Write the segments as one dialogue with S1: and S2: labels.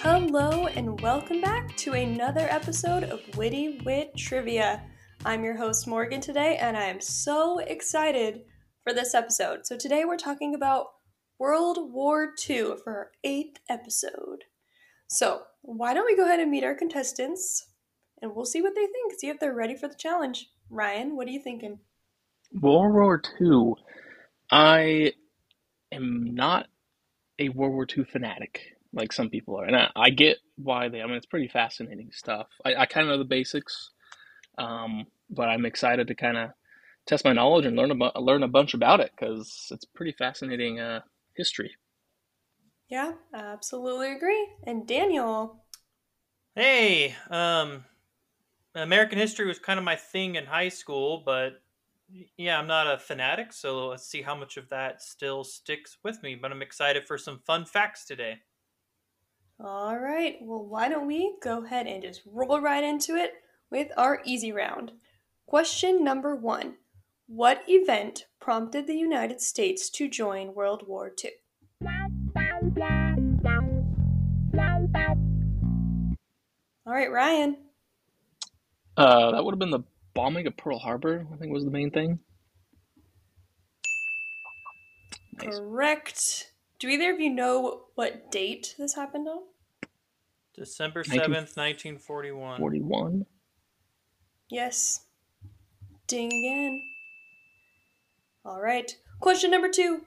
S1: Hello, and welcome back to another episode of Witty Wit Trivia. I'm your host, Morgan, today, and I am so excited for this episode. So, today we're talking about World War II for our eighth episode. So, why don't we go ahead and meet our contestants and we'll see what they think, see if they're ready for the challenge. Ryan, what are you thinking?
S2: World War II. I am not a World War II fanatic like some people are, and I, I get why they. I mean, it's pretty fascinating stuff. I, I kind of know the basics, um, but I'm excited to kind of test my knowledge and learn about learn a bunch about it because it's pretty fascinating uh, history.
S1: Yeah, I absolutely agree. And Daniel,
S3: Hey, um, American history was kind of my thing in high school, but yeah, I'm not a fanatic, so let's see how much of that still sticks with me. But I'm excited for some fun facts today.
S1: All right, well, why don't we go ahead and just roll right into it with our easy round? Question number one What event prompted the United States to join World War II? All right, Ryan.
S2: Uh, that would have been the bombing of Pearl Harbor. I think was the main thing. Nice.
S1: Correct. Do either of you know what date this happened on?
S3: December
S2: 19
S3: 7th, 1941.
S2: Forty-one.
S1: Yes. Ding again. All right. Question number two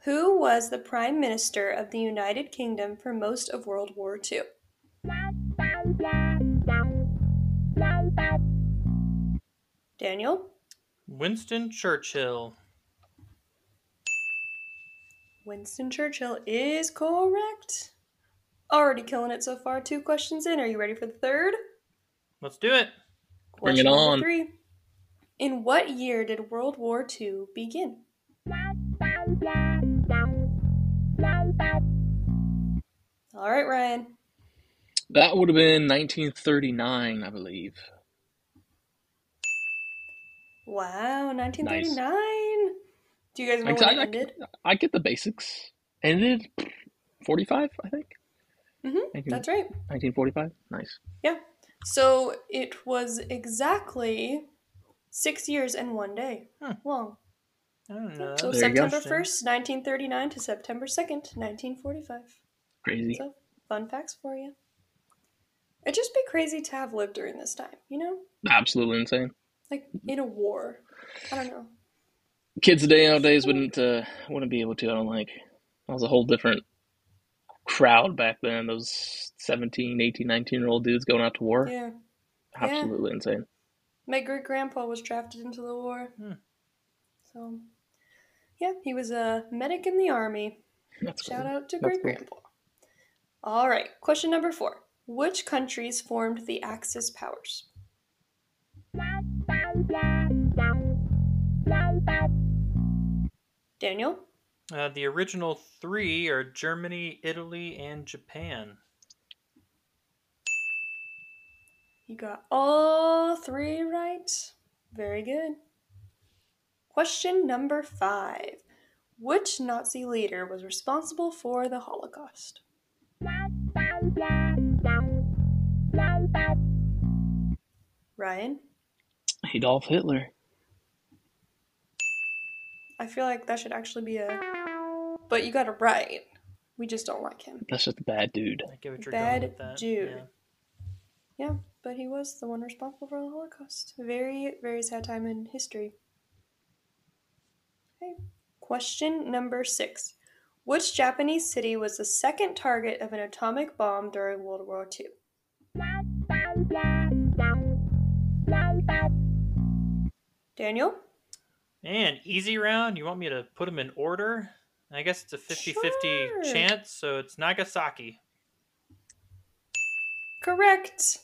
S1: Who was the Prime Minister of the United Kingdom for most of World War II? Daniel?
S3: Winston Churchill.
S1: Winston Churchill is correct. Already killing it so far. Two questions in. Are you ready for the third?
S3: Let's do it.
S2: Bring it
S1: Question number
S2: on.
S1: three. In what year did World War II begin? All right, Ryan.
S2: That would have been 1939, I believe.
S1: Wow,
S2: Nice.
S1: 1939. Do you guys
S2: I,
S1: know when it
S2: I, I-
S1: ended?
S2: I get the basics. Ended 45, I think.
S1: Mm-hmm.
S2: 19,
S1: That's right.
S2: 1945. Nice.
S1: Yeah. So it was exactly six years and one day
S3: Hmm,
S1: long.
S3: I don't
S1: Yep. So
S3: know. That was
S2: There you go.
S1: September
S3: interesting.
S1: 1st, 1939 to September 2nd, 1945.
S2: Crazy.
S1: So fun facts for you. It'd just be crazy to have lived during this time, you know?
S2: Absolutely insane.
S1: Like in a war. I don't know.
S2: Kids today nowadays wouldn't uh, wouldn't be able to. I don't like. That was a whole different crowd back then. Those 17, 18, 19 year old dudes going out to war.
S1: Yeah. Yeah.
S2: Absolutely insane.
S1: My great grandpa was drafted into the war.
S3: Hmm,
S1: So, yeah, he was a medic in the army.
S2: That's
S1: Shout
S2: cool.
S1: out to
S2: That's
S1: great
S2: cool.
S1: grandpa. All right, question number four. Which countries formed the Axis powers? Daniel?
S3: Uh, the original three are Germany, Italy, and Japan.
S1: You got all three right. Very good. Question number five. Which Nazi leader was responsible for the Holocaust? Ryan?
S2: Adolf Hitler.
S1: I feel like that should actually be a. But you got it right. We just don't like him.
S2: That's just a bad dude.
S3: I get what you're going
S1: Bad
S3: with that. Yeah.
S1: dude. Yeah, but he was the one responsible for the Holocaust. Very, very sad time in history. Okay. Question number six Which Japanese city was the second target of an atomic bomb during World War II? Daniel?
S3: Man, easy round. You want me to put them in order? I guess it's a 50 50
S1: Sure.
S3: chance, so it's Nagasaki.
S1: Correct.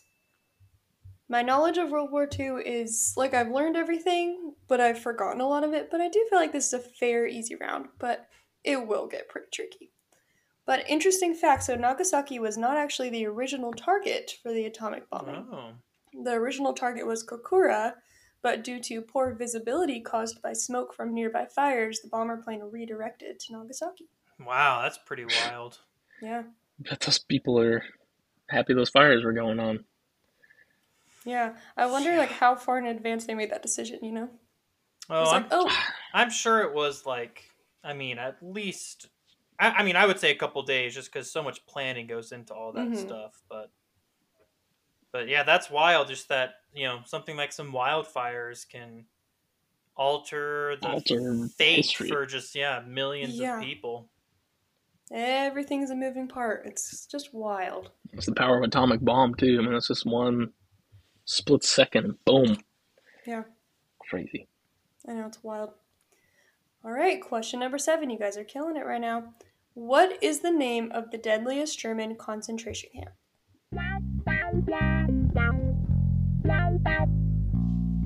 S1: My knowledge of World War II is like I've learned everything, but I've forgotten a lot of it. But I do feel like this is a fair, easy round, but it will get pretty tricky. But interesting fact so Nagasaki was not actually the original target for the atomic bombing.
S3: Oh.
S1: The original target was Kokura, but due to poor visibility caused by smoke from nearby fires, the bomber plane redirected to Nagasaki.
S3: Wow, that's pretty wild.
S1: Yeah.
S2: bet those people are happy those fires were going on.
S1: Yeah, I wonder like how far in advance they made that decision. You know,
S3: Oh,
S1: it's
S3: I'm,
S1: like oh
S3: I'm sure it was like, I mean, at least, I, I mean, I would say a couple days just because so much planning goes into all that
S1: Mhm.
S3: stuff. But, but yeah, that's wild. Just that, you know, something like some wildfires can alter the
S2: Alter
S3: fate
S2: history.
S3: for just, yeah, millions
S1: Yeah.
S3: of people.
S1: everything's a moving part. It's just wild.
S2: It's the power of atomic bomb too. I mean, that's just one split second, and boom,
S1: Yeah,
S2: crazy.
S1: I know it's wild. All right, question number seven. You guys are killing it right now. What is the name of the deadliest German concentration camp?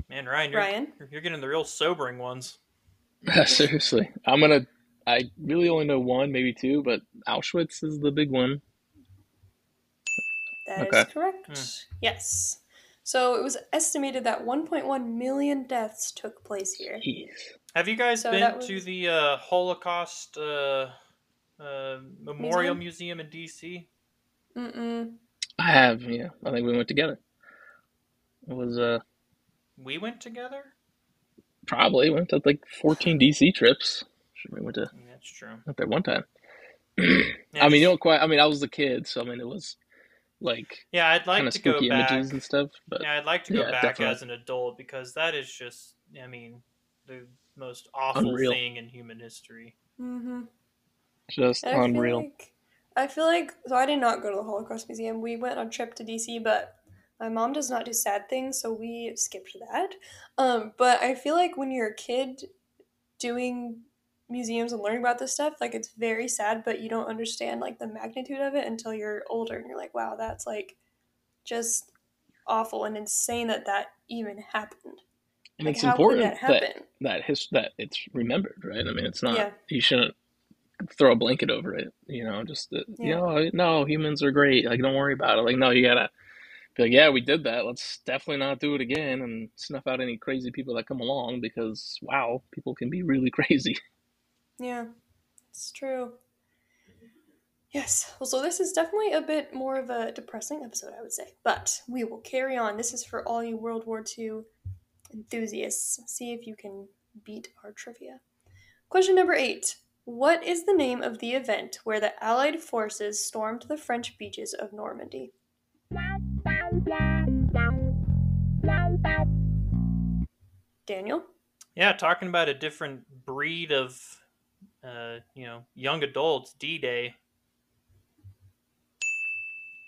S3: Man, Ryan, you're,
S1: Ryan.
S3: you're getting the real sobering ones.
S2: Seriously, I'm gonna. I really only know one, maybe two, but Auschwitz is the big one.
S1: That is
S2: Okay.
S1: correct. Yes. So it was estimated that 1.1 million deaths took place here.
S2: Jeez.
S3: Have you guys
S1: So
S3: been
S1: that
S3: to
S1: was-
S3: the uh, Holocaust uh, uh, Memorial Museum in D.C.?
S1: Mm-mm.
S2: I have, yeah. I think we went together. It was uh
S3: We went together?
S2: probably went to like 14 DC trips. Should we went to
S3: Yeah, that's true.
S2: went there one time.
S3: Yeah,
S2: I mean, you
S3: just-
S2: don't quite. I mean, I was a kid, so I mean, it was like
S3: yeah, I'd like
S2: kind of
S3: to go
S2: spooky
S3: back.
S2: images and stuff. But
S3: Yeah, I'd like to go
S2: Yeah,
S3: back
S2: definitely.
S3: as an adult because that is just, I mean, the most awful
S2: Unreal.
S3: thing in human history.
S1: Mm-hmm.
S2: just
S1: And I feel
S2: unreal.
S1: Like, I feel like so. I did not go to the Holocaust Museum. We went on a trip to DC, but my mom does not do sad things, so we skipped that. Um, but I feel like when you're a kid, doing museums and learning about this stuff, like it's very sad, but you don't understand like the magnitude of it until you're older, and you're like, wow, that's like just awful and insane that that even happened.
S2: and
S1: like,
S2: it's
S1: how
S2: important
S1: could that
S2: that
S1: happen?
S2: that his that it's remembered, right? I mean, it's not.
S1: Yeah.
S2: You shouldn't throw a blanket over it. You know, just uh, you
S1: Yeah.
S2: know, no, humans are great. Like, don't worry about it. Like, no, you gotta be like, yeah, we did that. Let's definitely not do it again, and snuff out any crazy people that come along because wow, people can be really crazy.
S1: Yeah, it's true. Yes. Well, so this is definitely a bit more of a depressing episode, I would say. But we will carry on. This is for all you World War II enthusiasts. See if you can beat our trivia. Question number eight What is the name of the event where the Allied forces stormed the French beaches of Normandy? Daniel?
S3: Yeah, talking about a different breed of, uh, you know, young adults, D Day.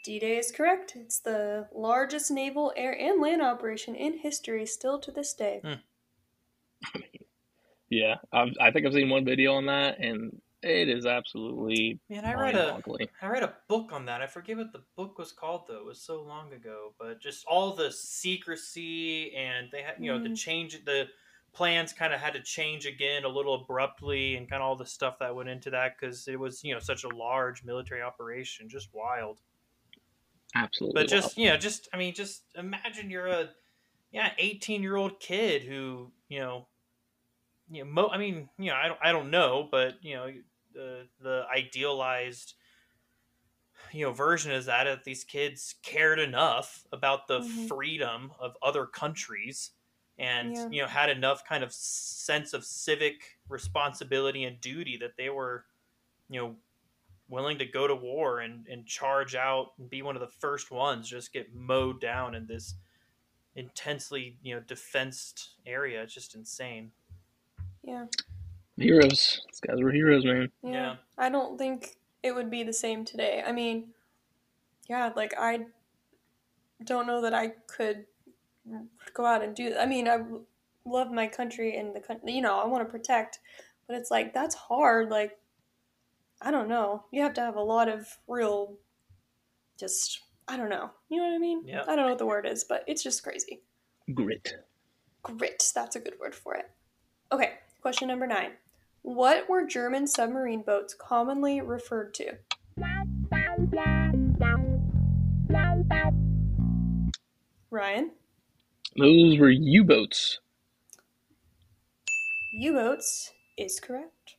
S1: D Day is correct. It's the largest naval, air, and land operation in history still to this day.
S3: Hmm.
S2: Yeah, I've, I think I've seen one video on that, and it is absolutely
S3: Man, I read a.
S2: mind-boggling.
S3: I read a book on that. I forget what the book was called though. It was so long ago, but just all the secrecy and they had, you know, the
S1: Mm.
S3: change the plans kind of had to change again a little abruptly and kind of all the stuff that went into that cuz it was, you know, such a large military operation, just wild.
S2: Absolutely,
S3: But
S2: wild.
S3: just, you know, just I mean, just imagine you're a yeah, 18-year-old kid who, you know, you know, mo- I mean, you know, I don't, I don't know, but you know, the the idealized, you know, version is that if these kids cared enough about the
S1: Mhm.
S3: freedom of other countries, and
S1: Yeah.
S3: you know, had enough kind of sense of civic responsibility and duty that they were, you know, willing to go to war and and charge out and be one of the first ones, just get mowed down in this intensely, you know, defensed area. It's just insane.
S1: Yeah,
S2: heroes. These guys were heroes, man.
S1: yeah.
S3: Yeah.
S1: I don't think it would be the same today. I mean, yeah, like I don't know that I could go out and do. I mean, I love my country and the country. You know, I want to protect, but it's like that's hard. Like, I don't know. You have to have a lot of real, just I don't know. You know what I mean?
S3: Yeah.
S1: I don't know what the word is, but it's just crazy.
S2: Grit.
S1: Grit, that's a good word for it. Okay, question number nine. What were German submarine boats commonly referred to? Ryan,
S2: Those were U boats.
S1: U boats is correct.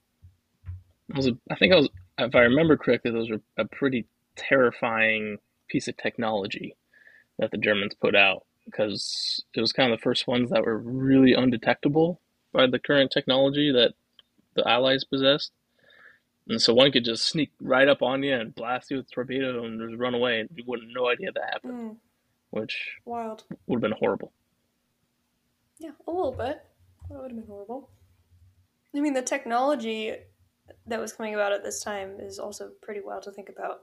S2: I was, I think I was, if I remember correctly, those were a pretty terrifying piece of technology that the Germans put out because it was kind of the first ones that were really undetectable by the current technology that the Allies possessed. And so one could just sneak right up on you and blast you with a torpedo and just run away, and you wouldn't have no idea that happened,
S1: Mm,
S2: which
S1: wild.
S2: would have been horrible.
S1: Yeah, a little bit. That would have been horrible. I mean, the technology that was coming about at this time is also pretty wild to think about.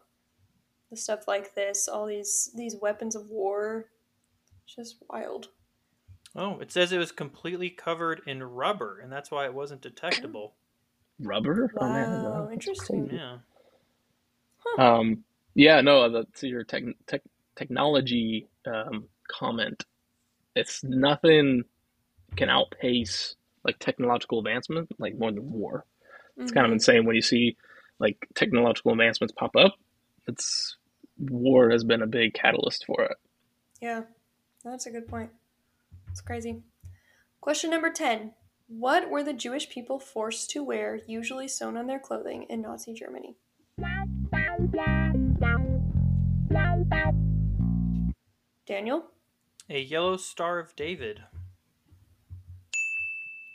S1: The stuff like this, all these these weapons of war, it's just wild.
S3: Oh, it says it was completely covered in rubber, and that's why it wasn't detectable.
S2: Rubber? Oh, man,
S1: Wow,
S2: that's
S1: interesting.
S2: crazy.
S3: yeah.
S2: Um, yeah, no, the, to your tech, tech, technology um, comment, it's nothing can outpace like technological advancement, like more than war. It's
S1: Mm-hmm.
S2: kind of insane when you see like technological advancements pop up. It's war has been a big catalyst for it.
S1: Yeah, that's a good point. It's crazy. Question number 10. What were the Jewish people forced to wear, usually sewn on their clothing, in Nazi Germany? Daniel?
S3: A yellow star of David.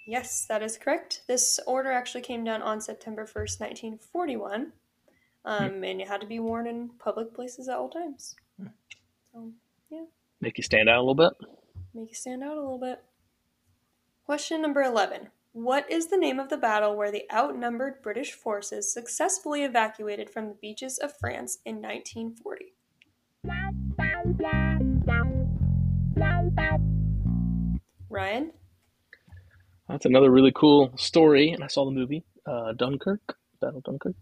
S1: Yes, that is correct. This order actually came down on September 1st, 1941,
S2: Hmm.
S1: um, and it had to be worn in public places at all times.
S2: Hmm.
S1: So,
S2: Make you stand out a little bit.
S1: make you stand out a little bit. Question number 11 What is the name of the battle where the outnumbered British forces successfully evacuated from the beaches of France in 1940? Ryan?
S2: That's another really cool story, and I saw the movie uh, Dunkirk, Battle of Dunkirk.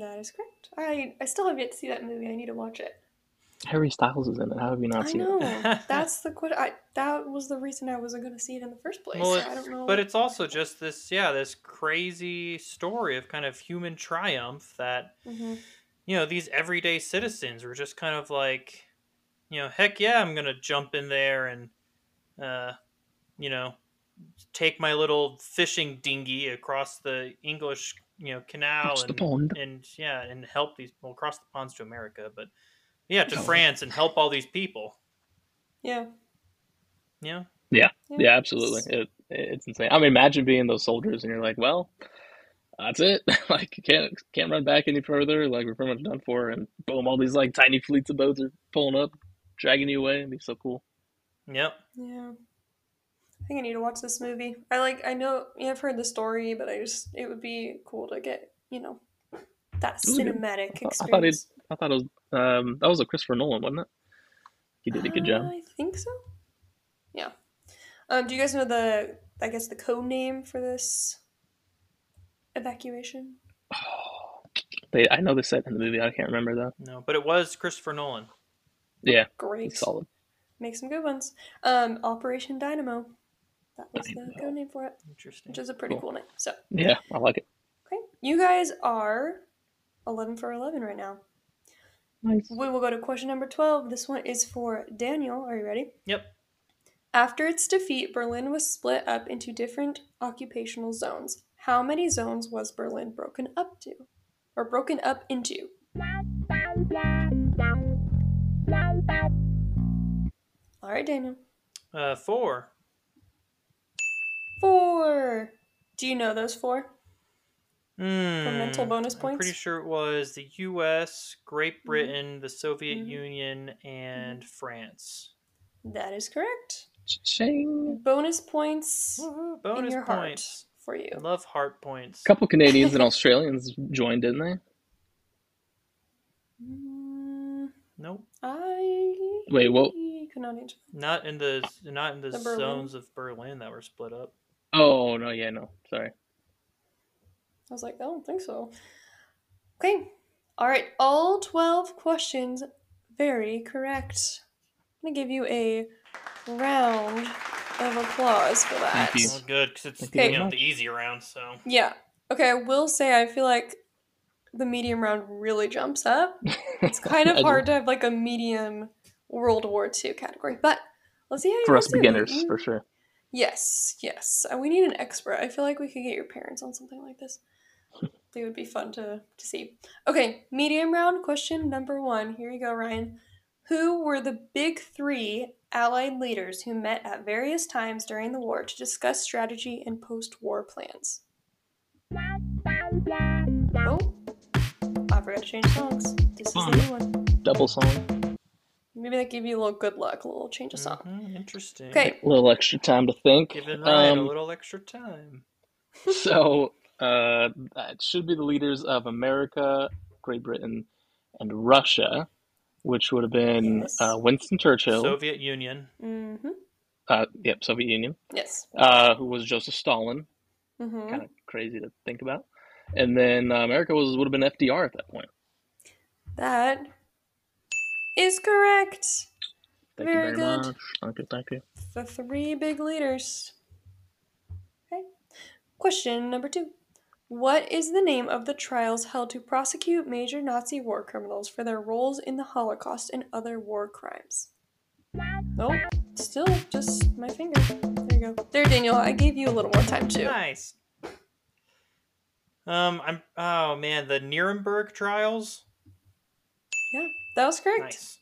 S1: That is correct. I, I still have yet to see that movie. I need to watch it.
S2: Harry Styles is in it. How have you not
S1: I
S2: seen
S1: know.
S2: it?
S1: That's the question. That was the reason I wasn't going to see it in the first place.
S3: Well,
S1: I don't know.
S3: But it's also just this, yeah, this crazy story of kind of human triumph that,
S1: Mhm.
S3: you know, these everyday citizens were just kind of like, you know, heck yeah, I'm going to jump in there and, uh, you know, take my little fishing dinghy across the English, you know, canal
S2: Across the
S3: and
S2: pond.
S3: and yeah, and help these well across the ponds to America, but yeah, to France and help all these people.
S1: Yeah.
S3: You know,
S2: Yeah, absolutely. It, it's insane. I mean, imagine being those soldiers, and you're like, well, that's it. like, you can't can't run back any further. Like, we're pretty much done for. And boom, all these like tiny fleets of boats are pulling up, dragging you away. It'd be so cool.
S3: yep.
S1: Yeah. I think I need to watch this movie. I like I know yeah, I've heard the story, but I just it would be cool to get, you know, that
S2: was a good-
S1: cinematic
S2: I
S1: experience.
S2: thought- I thought it- I thought it was um that was a Christopher Nolan, wasn't it? He did a good job.
S1: Uh, I think so. Yeah. Um, do you guys know the I guess the code name for this evacuation?
S2: They, I know they said in the movie. I can't remember though.
S3: No, but it was Christopher Nolan.
S2: Yeah,
S1: Great.
S2: it's solid.
S1: Make some good ones. Um, Operation Dynamo. That was the
S2: Dynamo.
S1: code name for it,
S3: Interesting.
S1: which is a pretty
S2: Cool.
S1: cool name. So
S2: Yeah, I like it.
S1: okay. You guys are eleven for eleven right now.
S2: Nice.
S1: We will go to question number 12. This one is for Daniel. Are you ready?
S3: Yep.
S1: After its defeat, Berlin was split up into different occupational zones. How many zones was Berlin broken up to? Or broken up into? All right, Daniel.
S3: Uh, four.
S1: Four. Do you know those four?
S3: Mm,
S1: mental bonus
S3: I'm pretty
S1: points? Mm-hmm.
S3: sure it was the U.S., Great Britain, the Soviet
S1: Mhm.
S3: Union, and
S1: Mm-hmm.
S3: France.
S1: That is correct.
S2: Ching.
S1: Bonus points
S3: Woohoo,
S1: in
S3: Bonus
S1: your
S3: points.
S1: heart for you.
S3: Love heart points.
S2: A couple Canadians and Australians joined, didn't they?
S1: Mm,
S3: Nope.
S1: I
S2: Wait, what?
S1: could not answer.
S3: Not in the not in the,
S1: The Berlin.
S3: zones of Berlin that were split up.
S2: Oh no, yeah, no, sorry.
S1: I was like, I don't think so. Okay. All right. All 12 questions very correct. I'm going to give you a round of applause for that.
S2: Thank you.
S3: Well, good because it's
S2: Thank you
S1: very
S3: you know,
S2: much.
S3: the easy round. So
S1: Yeah. Okay. I will say, I feel like the medium round really jumps up. It's kind of
S2: I do.
S1: hard to have like a medium World War II category, but let's see how you
S2: For
S1: guys
S2: us
S1: do.
S2: beginners,
S1: You-
S2: for sure.
S1: Yes, yes. Uh, We need an expert. I feel like we could get your parents on something like this. they would be fun to, to see. Okay, medium round question number one. Here you go, Ryan. Who were the big three Allied leaders who met at various times during the war to discuss strategy and post war plans? Oh, I forgot to change songs. This is the new one.
S2: Double song.
S1: Maybe that gave you a little good luck, a little change of song.
S3: Mhm, interesting.
S1: Okay,
S2: A little extra time to think.
S3: Giving Ryan a
S2: Um,
S3: little extra time.
S2: so uh, that should be the leaders of America, Great Britain, and Russia, which would have been
S1: Yes.
S2: uh, Winston Churchill.
S3: Soviet Union.
S1: hmm
S2: uh, yep, Soviet Union.
S1: Yes.
S2: Uh, who was Joseph Stalin?
S1: hmm
S2: Kind of crazy to think about. And then uh, America was would have been FDR at that point.
S1: That is correct.
S2: Thank
S1: Very
S2: you very
S1: good.
S2: much. Thank you. Thank you.
S1: The three big leaders. Okay. Question number two. What is the name of the trials held to prosecute major Nazi war criminals for their roles in the Holocaust and other war crimes? Nope. Still just my finger. There you go. There, Daniel. I gave you a little more time too.
S3: Nice. Um, I'm. Oh man, the Nuremberg trials.
S1: That was correct.
S3: Nice.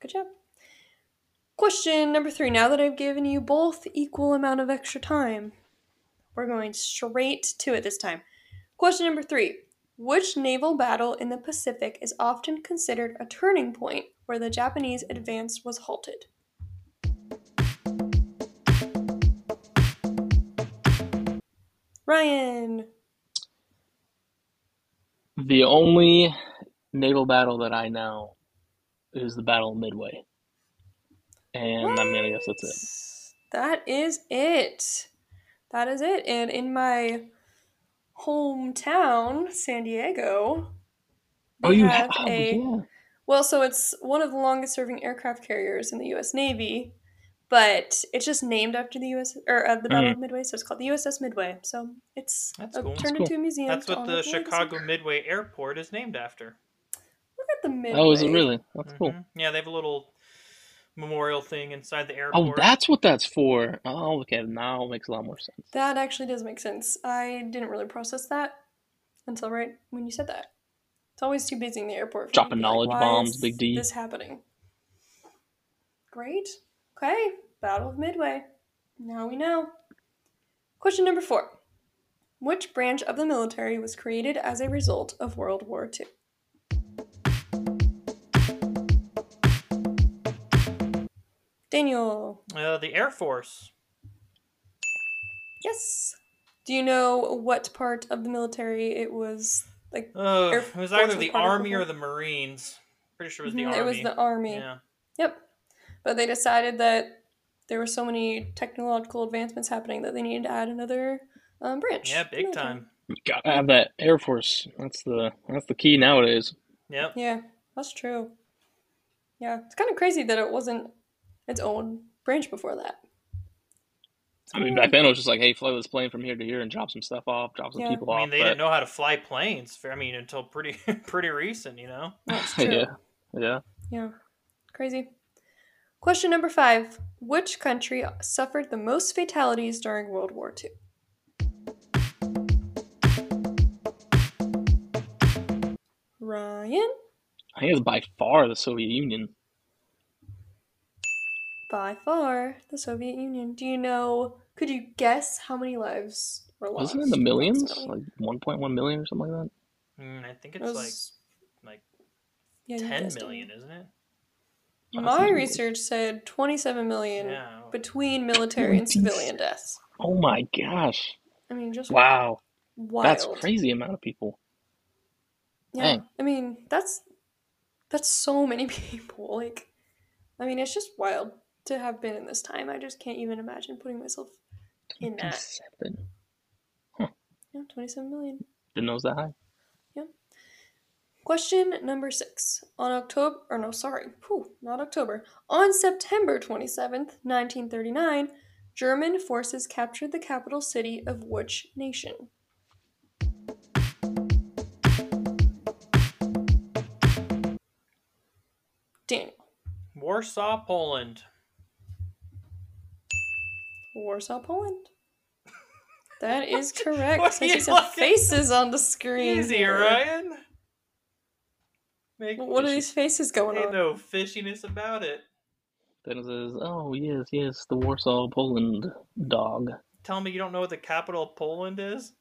S1: Good job. Question number three. Now that I've given you both equal amount of extra time, we're going straight to it this time. Question number three. Which naval battle in the Pacific is often considered a turning point where the Japanese advance was halted? Ryan.
S2: The only naval battle that I know is the Battle of Midway, and I mean, I guess that's it.
S1: That is it. That is it. And in my hometown, San Diego, they have
S2: oh,
S1: a
S2: yeah.
S1: well, so it's one of the longest serving aircraft carriers in the U.S. Navy, but it's just named after the U.S. or uh, the Battle
S2: Hmm.
S1: of Midway, so it's called the USS Midway. So it's
S3: That's
S1: uh,
S3: cool.
S1: turned
S3: That's
S2: cool.
S1: into a museum. Oh,
S3: That's
S1: to
S3: what
S1: honor
S3: the
S1: legacy.
S3: Chicago Midway Airport is named after.
S1: Look at the Midway.
S2: Oh, is it really? That's
S1: Mm-hmm.
S2: cool.
S3: Mhm. Yeah, they have a little memorial thing inside the airport.
S2: Oh, that's what that's for. Oh, okay. Now it makes a lot more sense.
S1: That actually does make sense. I didn't really process that until right when you said that. It's always too busy in the airport. me to
S2: Dropping
S1: be
S2: knowledge
S1: "Why
S2: bombs,
S1: is
S2: Big D."
S1: This happening. Great. Okay. Battle of Midway. Now we know. Question number four. Which branch of the military was created as a result of World War II? Daniel.
S3: uh, the Air Force.
S1: Yes. Do you know what part of the military it was? Like
S3: Oh,
S1: Air
S3: it was
S1: Force
S3: either
S1: was
S3: the
S1: part of the
S3: Army or
S1: war.
S3: the Marines. Pretty sure it was the
S1: Mhm,
S3: Army.
S1: it was the army.
S3: Yeah.
S1: Yep. But they decided that there were so many technological advancements happening that they needed to add another um, branch.
S3: Yeah, big
S1: Military.
S3: time.
S2: Gotta have that Air Force. That's the that's the key nowadays.
S3: Yep.
S1: Yeah, that's true. Yeah, it's kind of crazy that it wasn't its own branch before that.
S2: I mean, back then it was just like, hey, fly this plane from here to here and drop some stuff off, drop some
S1: Yeah.
S2: people
S3: I
S2: off.
S3: mean, they didn't know how to fly planes. I mean, until pretty pretty recent, you know.
S1: That's
S2: but-
S1: true.
S2: yeah, yeah.
S1: Yeah, crazy. Question number five Which country suffered the most fatalities during World War II? Ryan,
S2: I think it's by far the Soviet Union.
S1: by far, the Soviet Union. Do you know, could you guess how many lives were lost?
S2: Wasn't it in the millions?
S1: approximately?
S2: Like 1.1 million or something like that?
S3: Mm, I think
S1: It
S3: it's
S1: was-
S3: like
S1: yeah,
S3: like
S1: you
S3: ten
S1: guessed it.
S3: million, isn't it?
S1: My research said 27 million
S3: Yeah.
S1: between military and
S2: 27.
S1: civilian deaths.
S2: Oh my gosh.
S1: I mean, just
S2: Wow.
S1: wild.
S2: That's crazy amount of people.
S1: Yeah.
S2: Dang.
S1: I mean, that's that's so many people. Like I mean, it's just wild to have been in this time. I just can't even imagine putting myself in that.
S2: 27.
S1: Yeah, 27 million.
S2: Didn't know it was that high.
S1: Question number 6. On October or no, sorry. Whew, not October. On September 27th, 1939, German forces captured the capital city of which nation? Daniel.
S3: Warsaw, Poland.
S1: Warsaw, Poland. That is correct.
S3: What are
S1: Since you
S3: you
S1: said
S3: looking-
S1: faces on the screen.
S3: Easy,
S1: here.
S3: Ryan. Make
S1: Well, What are these faces going
S3: Ain't
S1: on?
S3: no fishiness about it.
S2: Then it says, "Oh yes, yes, the Warsaw Poland dog."
S3: Tell me you don't know what the capital of Poland is?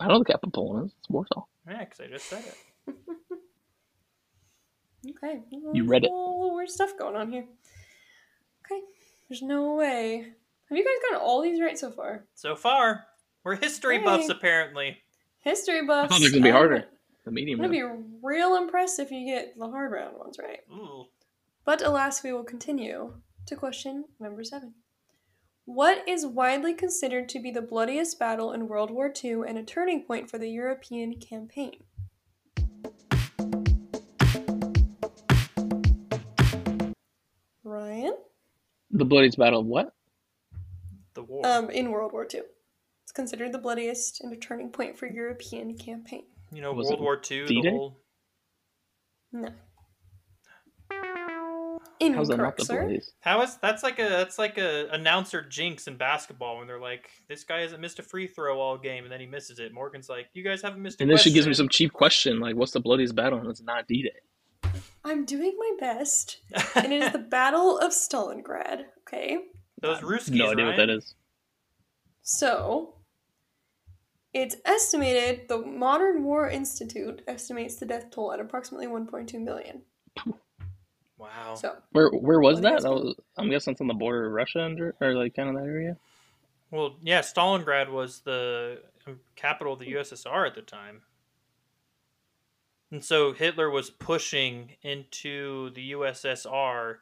S2: I don't know the capital of Poland is. It's Warsaw.
S3: Yeah, because I just said it.
S1: Okay.
S2: You read it.
S1: A little weird stuff going on here. Okay. There's no way. Have you guys gotten all these right so far?
S3: So far, we're history buffs
S1: Hey.
S3: apparently.
S1: History buffs.
S2: thought it was gonna be
S1: I'm-
S2: harder. The medium.
S1: I'm gonna be real impressed if you get the hard round ones right.
S3: Ooh.
S1: But alas, we will continue to question number seven. What is widely considered to be the bloodiest battle in World War II and a turning point for the European campaign? Ryan?
S2: The bloodiest battle of what?
S3: The war.
S1: Um, in World War II. It's considered the bloodiest and a turning point for European campaign.
S3: you know,
S2: was
S3: World
S2: it
S3: War II,
S2: D-Day?
S3: the whole
S1: No.
S2: How's that not
S1: Incorrect,
S2: the
S1: sir.
S2: bloodiest?
S3: How is that's like a that's like a announcer jinx in basketball when they're like, this guy hasn't missed a free throw all game and then he misses it. Morgan's like, you guys haven't missed. A
S2: And then she gives me
S3: question."
S2: some cheap question like, "What's the bloodiest battle?" And it's not D-Day.
S1: I'm doing my best. and it is the Battle of Stalingrad. Okay,
S3: Those
S2: I have
S3: Ruskies,
S2: No idea what that
S3: Ryan.
S2: is.
S1: so it's estimated the Modern War Institute estimates the death toll at approximately 1.2 million.
S3: Wow.
S1: So
S2: Where where was
S1: Bloody
S2: that? that was, I'm guessing it's on the border of Russia under, or like kind of that area.
S3: Well, yeah, Stalingrad was the um, capital of the USSR at the time. And so Hitler was pushing into the USSR,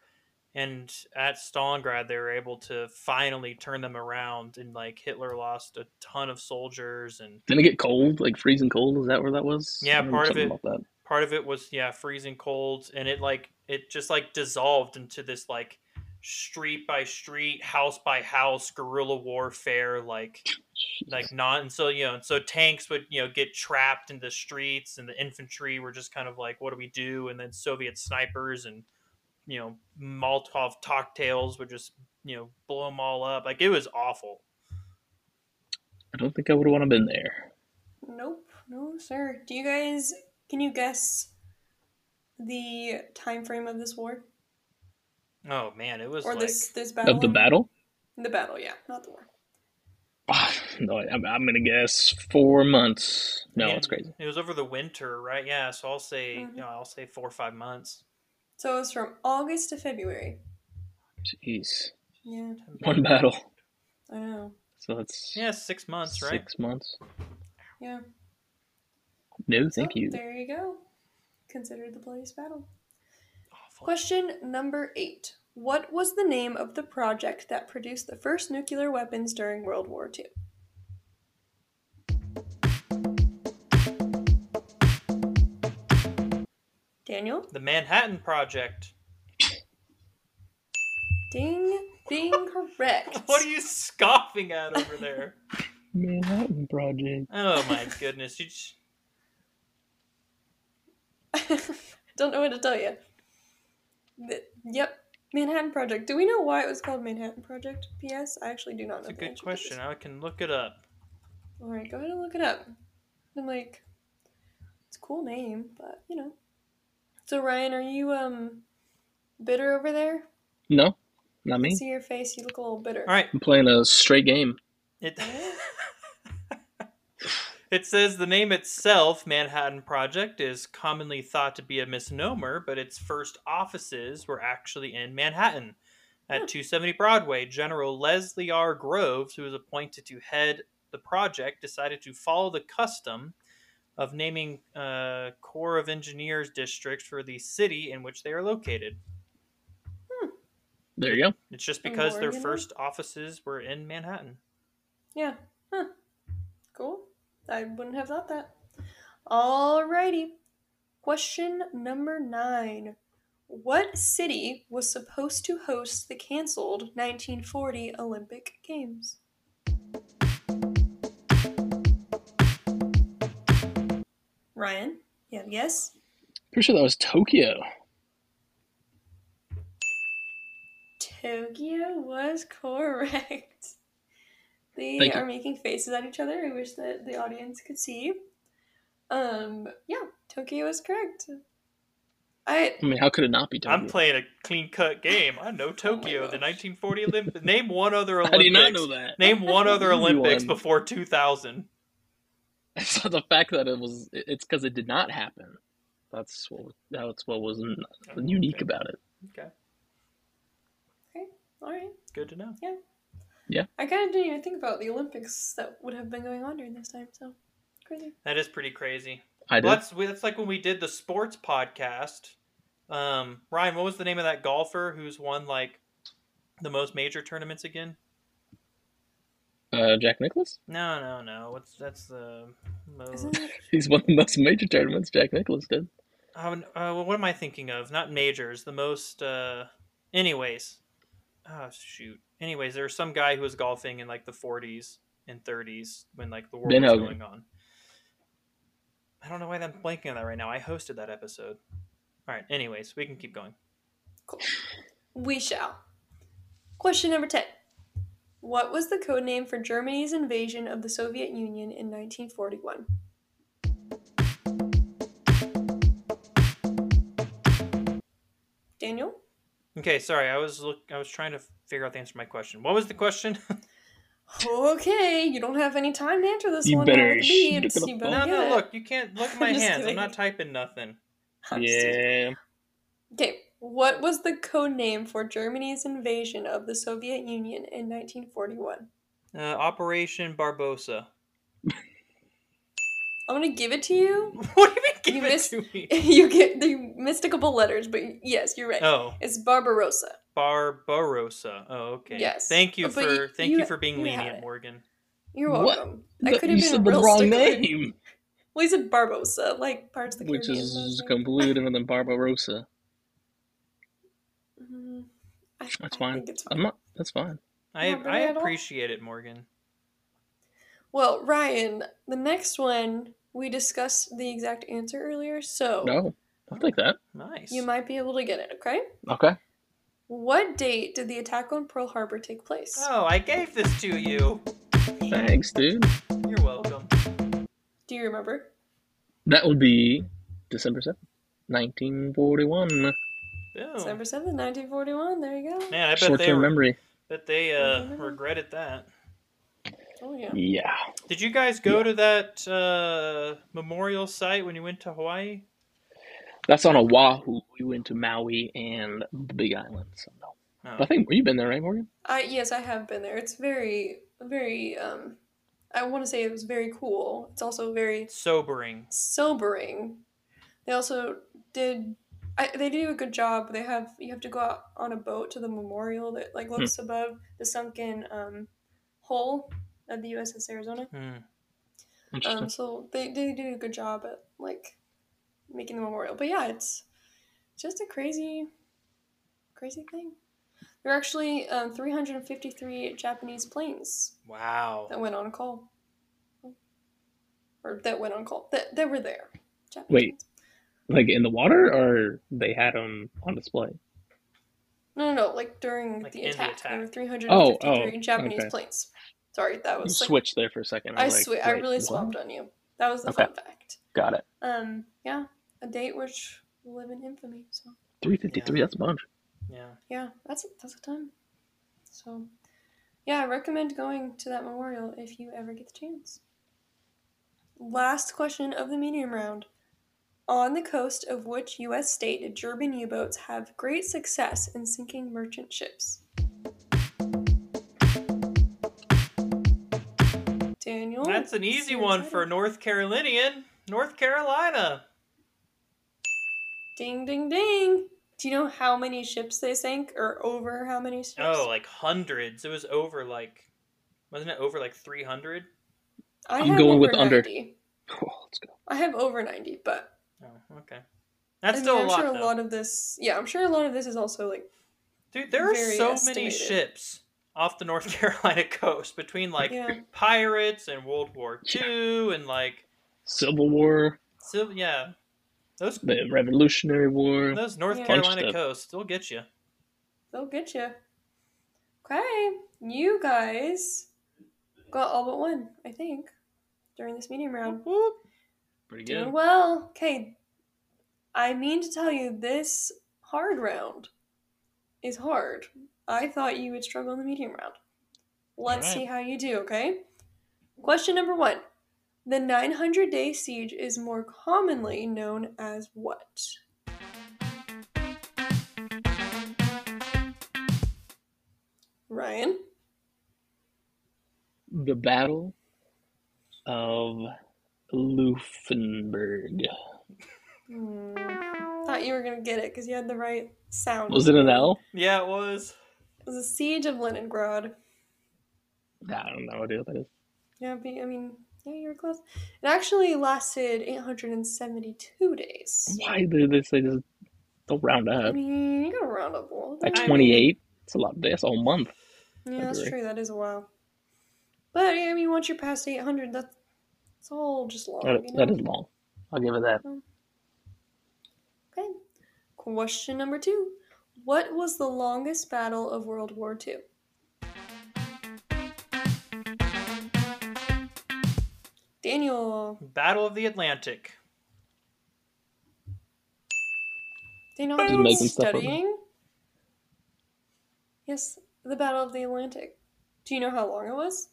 S3: and at Stalingrad, they were able to finally turn them around. And like Hitler lost a ton of soldiers, and
S2: Didn't it get cold? Like freezing cold? Is that where that was?
S3: Yeah,
S2: I remember
S3: part of
S2: something
S3: it.
S2: About that.
S3: part of it was, yeah, freezing cold. And it like, it just like dissolved into this like street by street, house by house guerrilla warfare, like like not and so you know and so tanks would you know get trapped in the streets and the infantry were just kind of like what do we do and then soviet snipers and you know molotov cocktails would just you know blow them all up like it was awful
S2: I don't think I would have want to been there.
S1: nope, no sir. Do you guys can you guess the time frame of this war
S3: oh man it was
S1: or
S3: like
S1: this this battle?
S3: Um,
S2: Of the battle?
S1: The battle, yeah, not the war.
S2: Ah, no, I'm, I'm gonna guess four months. No,
S3: Yeah.
S2: it's crazy.
S3: it was over the winter right yeah so i'll say
S1: Mhm.
S3: you know i'll say four or five months
S1: So it was from August to February.
S2: Jeez,
S1: Yeah,
S2: one battle.
S1: I know.
S2: So that's
S3: yeah six months right
S2: six months.
S1: Yeah.
S2: No,
S1: So,
S2: thank you.
S1: There you go. Considered the bloodiest battle.
S3: awful.
S1: Question number eight. What was the name of the project that produced the first nuclear weapons during World War II? Daniel?
S3: the manhattan project
S1: Ding, ding, correct.
S3: what are you scoffing at over there
S2: Manhattan Project.
S3: oh my goodness you just
S1: Don't know what to tell you. Th- yep, Manhattan Project. Do we know why it was called Manhattan Project? P.S. I actually do not know.
S3: That's a
S1: the
S3: good
S1: answer to
S3: question.
S1: this.
S3: I can look it up.
S1: All right, go ahead and look it up. I'm like, it's a cool name, but you know. So Ryan, are you um bitter over there?
S2: No, not
S1: I
S2: me.
S1: see your face. You look a little bitter.
S3: All right.
S2: I'm playing a straight game.
S3: It It says the name itself, Manhattan Project, is commonly thought to be a misnomer, but its first offices were actually in Manhattan. At
S1: Hmm.
S3: 270 Broadway, General Leslie R. Groves, who was appointed to head the project, decided to follow the custom of naming uh, Corps of Engineers districts for the city in which they are located.
S2: There you go.
S3: It's just
S1: In
S3: because their
S1: Oregon?
S3: first offices were in Manhattan.
S1: Yeah. Huh. Cool. I wouldn't have thought that. Alrighty. Question number nine. What city was supposed to host the canceled 1940 Olympic Games? Ryan, you have a guess?
S2: Pretty sure that was Tokyo.
S1: Tokyo was correct. They
S2: Thank you.
S1: are making faces at each other. I wish that the audience could see. Um, yeah, Tokyo is correct. I
S2: I mean, how could it not be Tokyo?
S3: I'm playing a clean cut game. I know Tokyo, the
S1: gosh.
S3: 1940 Olympics. Name one other Olympics.
S2: Oh How do you not know that?
S3: Name one other
S2: Easy
S3: Olympics
S2: one.
S3: before 2000.
S2: It's not the fact that it was. it- It's because it did not happen. That's what. That's what was n- unique about it.
S3: Okay,
S1: all right.
S3: good to know.
S1: I kind of didn't even think about the Olympics that would have been going on during this time. So crazy.
S3: That is pretty crazy.
S2: I did.
S3: Well, that's that's like when we did the sports podcast. Um, Ryan, what was the name of that golfer who's won like the most major tournaments again?
S2: Uh, Jack Nicholas.
S3: No, no, no. What's that's uh, the most?
S1: Isn't it?
S2: He's won the most major tournaments. Jack Nicholas did.
S3: Oh, n- uh, well, what am I thinking of? Not majors. The most. Uh, anyways. Oh shoot. Anyways, there was some guy who was golfing in like the 40s and 30s when like the world
S2: Ben
S3: was
S2: Hogan.
S3: going on. I don't know why I'm blanking on that right now. I hosted that episode. All right. Anyways, we can keep going.
S1: We shall. Question number 10. What was the code name for Germany's invasion of the Soviet Union in 1941? Daniel?
S3: Okay, sorry. I was look. I was trying to figure out the answer to my question. What was the question?
S1: Okay, you don't have any time to answer this
S2: You
S1: one.
S2: better
S1: now with me,
S2: sh-
S1: it's- you better
S3: no,
S1: get
S3: no.
S1: it.
S3: Look, you can't look at my
S1: I'm just
S3: hands. I'm
S1: kidding.
S3: not typing nothing.
S1: I'm just teasing.
S2: Yeah.
S1: Okay, what was the code name for Germany's invasion of the Soviet Union in 1941?
S3: Uh, Operation Barbosa.
S1: I'm gonna give it to you.
S3: what do you mean? Give
S1: You
S3: it
S1: missed-
S3: to me.
S1: you get the mysticable letters, but yes, you're right.
S3: Oh,
S1: It's Barbarossa.
S3: Barbarosa. Oh, okay.
S1: Yes.
S3: Thank you
S1: But
S3: for
S1: you-
S3: thank
S1: you-
S3: you, for being
S1: you had
S3: lenient,
S1: it.
S3: Morgan.
S1: You're
S2: What?
S1: welcome. I
S2: Th-
S1: could
S2: you
S1: have been
S2: said
S1: a
S2: the
S1: real
S2: wrong
S1: stickler.
S2: name,
S1: Well, he said Barbosa, like parts of the
S2: which
S1: Caribbean.
S2: is
S1: so I was
S2: completely different than Barbarossa.
S1: like, mm, I,
S2: That's
S1: I
S2: fine.
S1: think it's
S2: I'm not. That's fine.
S3: I
S1: Not bad
S3: I
S1: at all.
S3: appreciate it, Morgan.
S1: Well, Ryan, the next one we discussed the exact answer earlier, so
S2: No, I'll take that.
S3: Nice.
S1: you might be able to get it. Okay.
S2: Okay.
S1: What date did the attack on Pearl Harbor take place?
S3: oh, I gave this to you.
S2: Thanks, dude.
S3: You're welcome.
S1: Do you remember?
S2: That would be December seventh, nineteen forty-one.
S3: Boom.
S2: Oh.
S1: December seventh, nineteen forty-one. There you go.
S3: Man, I bet they
S2: Short-term
S3: re-
S2: memory.
S3: bet they uh, regretted that.
S1: Oh yeah.
S2: Yeah.
S3: Did you guys go to that uh, memorial site when you went to Hawaii?
S2: That's on Oahu. We went to Maui and the Big Island. So no.
S3: No.
S1: Oh.
S2: I think you've been there, right, Morgan?
S1: I yes, I have been there. It's very, very. Um, I want to say it was very cool. It's also very
S3: Sobering.
S1: sobering. They also did. I, they do a good job. They have you have to go out on a boat to the memorial that like looks above the sunken um, hull of the USS Arizona.
S3: Hmm.
S2: Interesting.
S1: Um, so they they do a good job at like making the memorial. But yeah, it's just a crazy, crazy thing. There were actually um, 353 Japanese planes
S3: Wow.
S1: that went on call, or that went on call that that were there. Japanese
S2: Wait,
S1: planes.
S2: like in the water, or they had them on display.
S1: No, no, no. Like during
S3: Like
S1: the,
S3: in the
S1: attack, there were
S3: attack.
S1: 353
S2: Oh, oh,
S1: Japanese
S2: okay.
S1: planes. Sorry, that
S2: You
S1: was like,
S2: switched there for a second.
S1: I
S2: was like,
S1: swi- I
S2: wait,
S1: really
S2: what?
S1: swapped on you. That was the
S2: Okay.
S1: fun fact.
S2: Got it.
S1: Um, yeah, a date which will live in infamy. So
S2: Three fifty-three.
S3: Yeah.
S2: That's a bunch.
S3: Yeah.
S1: yeah, that's a, that's a ton. So yeah, I recommend going to that memorial if you ever get the chance. Last question of the medium round. On the coast of which U.S. state did German U-boats have great success in sinking merchant ships? Daniel,
S3: That's an easy one for a
S1: excited.
S3: North Carolinian. North Carolina.
S1: ding ding ding. Do you know how many ships they sank, or over how many ships?
S3: Oh, like hundreds. It was over like, wasn't it over like 300?
S1: I
S2: I'm
S1: have
S2: going
S1: over
S2: with under.
S1: 90.
S2: Oh, let's go.
S1: I have over 90, but
S3: Oh, okay. That's
S1: I mean,
S3: still
S1: I'm
S3: a lot,
S1: sure
S3: though.
S1: a lot of this. Yeah, I'm sure a lot of this is also like
S3: Dude, there are
S1: very
S3: so many
S1: estimated.
S3: ships off the North Carolina coast between like
S1: Yeah.
S3: pirates and World War II and like,
S2: Civil War,
S3: so, yeah. Those
S2: the Revolutionary War.
S3: those North
S1: Yeah.
S2: Bunch
S3: Carolina
S2: stuff.
S3: coasts will get you.
S1: they'll get you. Okay, you guys got all but one, I think, during this medium round.
S2: Pretty
S1: Doing
S2: good.
S1: well. Okay. I mean to tell you, this hard round is hard. I thought you would struggle in the medium round. Let's
S2: Alright.
S1: see how you do, okay? Question number one The 900 day siege is more commonly known as what? Ryan?
S2: The Battle of Lufenberg.
S1: Hmm. Thought you were going to get it because you had the right sound.
S2: Was it an L?
S3: Yeah, it was.
S1: It was the Siege of Leningrad.
S2: I don't know what that is.
S1: Yeah, but, I mean, yeah, you were close. It actually lasted 872 days.
S2: Why did they say just don't round
S1: I
S2: up?
S1: mean, you got round up a little.
S2: At
S1: bit.
S3: I-
S2: 28, it's a lot. That's a whole month.
S1: yeah, that's
S2: agree.
S1: true. That is a while. But I mean, once you're past 800, that's it's all just long.
S2: That,
S1: you know?
S2: that is long. I'll give it that.
S1: Okay. Question number two: What was the longest battle of World War II? Daniel,
S3: Battle of the Atlantic.
S1: Daniel,
S2: Just
S1: are you
S2: making stuff up.
S1: studying? Yes, the Battle of the Atlantic. Do you know how long it was?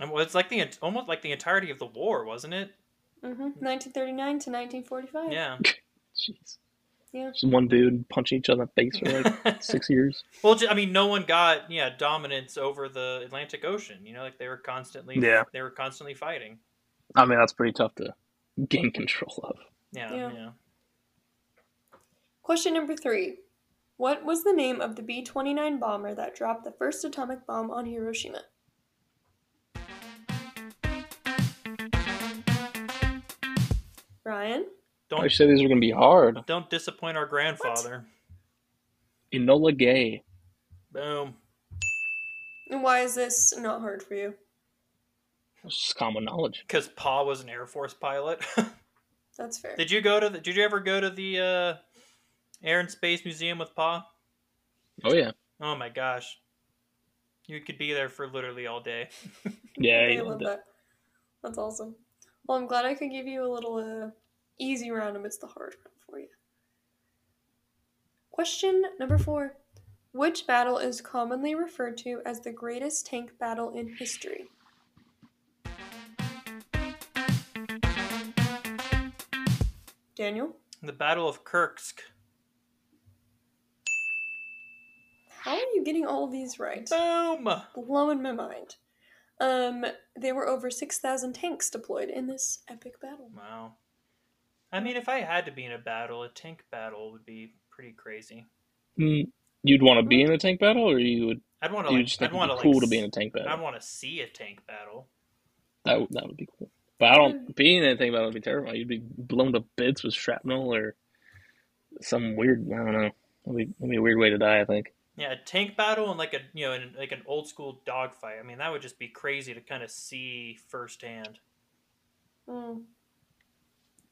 S3: And well, It's like the ent- almost like the entirety of the war, wasn't it?
S1: Mm-hmm. 1939 to 1945.
S3: Yeah.
S2: Jeez.
S1: Yeah.
S2: Just one dude punching each other in the face for like six years.
S3: well, ju- I mean, no one got yeah dominance over the Atlantic Ocean. You know, like they were constantly
S2: Yeah.
S3: they were constantly fighting.
S2: I mean, that's pretty tough to gain control of.
S3: Yeah,
S1: Yeah.
S3: yeah.
S1: Question number three. What was the name of the B 29 bomber that dropped the first atomic bomb on Hiroshima? Ryan?
S2: I
S3: Don't
S2: should say these were going to be hard.
S3: don't disappoint our grandfather.
S2: Enola Gay.
S3: Boom.
S1: And why is this not hard for you?
S2: It's just common knowledge.
S3: Because Pa was an Air Force pilot.
S1: That's fair.
S3: did you go to the, Did you ever go to the uh, Air and Space Museum with Pa?
S2: Oh, yeah.
S3: Oh my gosh, you could be there for literally all day.
S2: Yeah.
S1: I
S2: you
S1: love
S2: know,
S1: that. That's awesome. Well, I'm glad I could give you a little uh, easy round amidst the hard round for you. Question number four Which battle is commonly referred to as the greatest tank battle in history? Daniel?
S3: The Battle of Kursk.
S1: How are you getting all these right?
S3: Boom.
S1: Blowing my mind. Um, there were over 6,000 tanks deployed in this epic battle.
S3: Wow. I mean, if I had to be in a battle, a tank battle would be pretty crazy.
S2: Mm, You'd want to be in a tank battle, or you would
S3: I'd want to
S2: you
S3: like.
S2: just think
S3: I'd
S2: it'd
S3: want
S2: be
S3: to
S2: cool
S3: like.
S2: to be in a tank battle?
S3: I'd want to see a tank battle.
S2: That would, that would be cool. But I don't being anything about it would be terrifying. You'd be blown to bits with shrapnel or some weird. I don't know. It'd be, it'd be a weird way to die. I think.
S3: Yeah, a tank battle and like a you know in, like an old school dogfight. I mean, that would just be crazy to kind of see firsthand.
S1: Mm.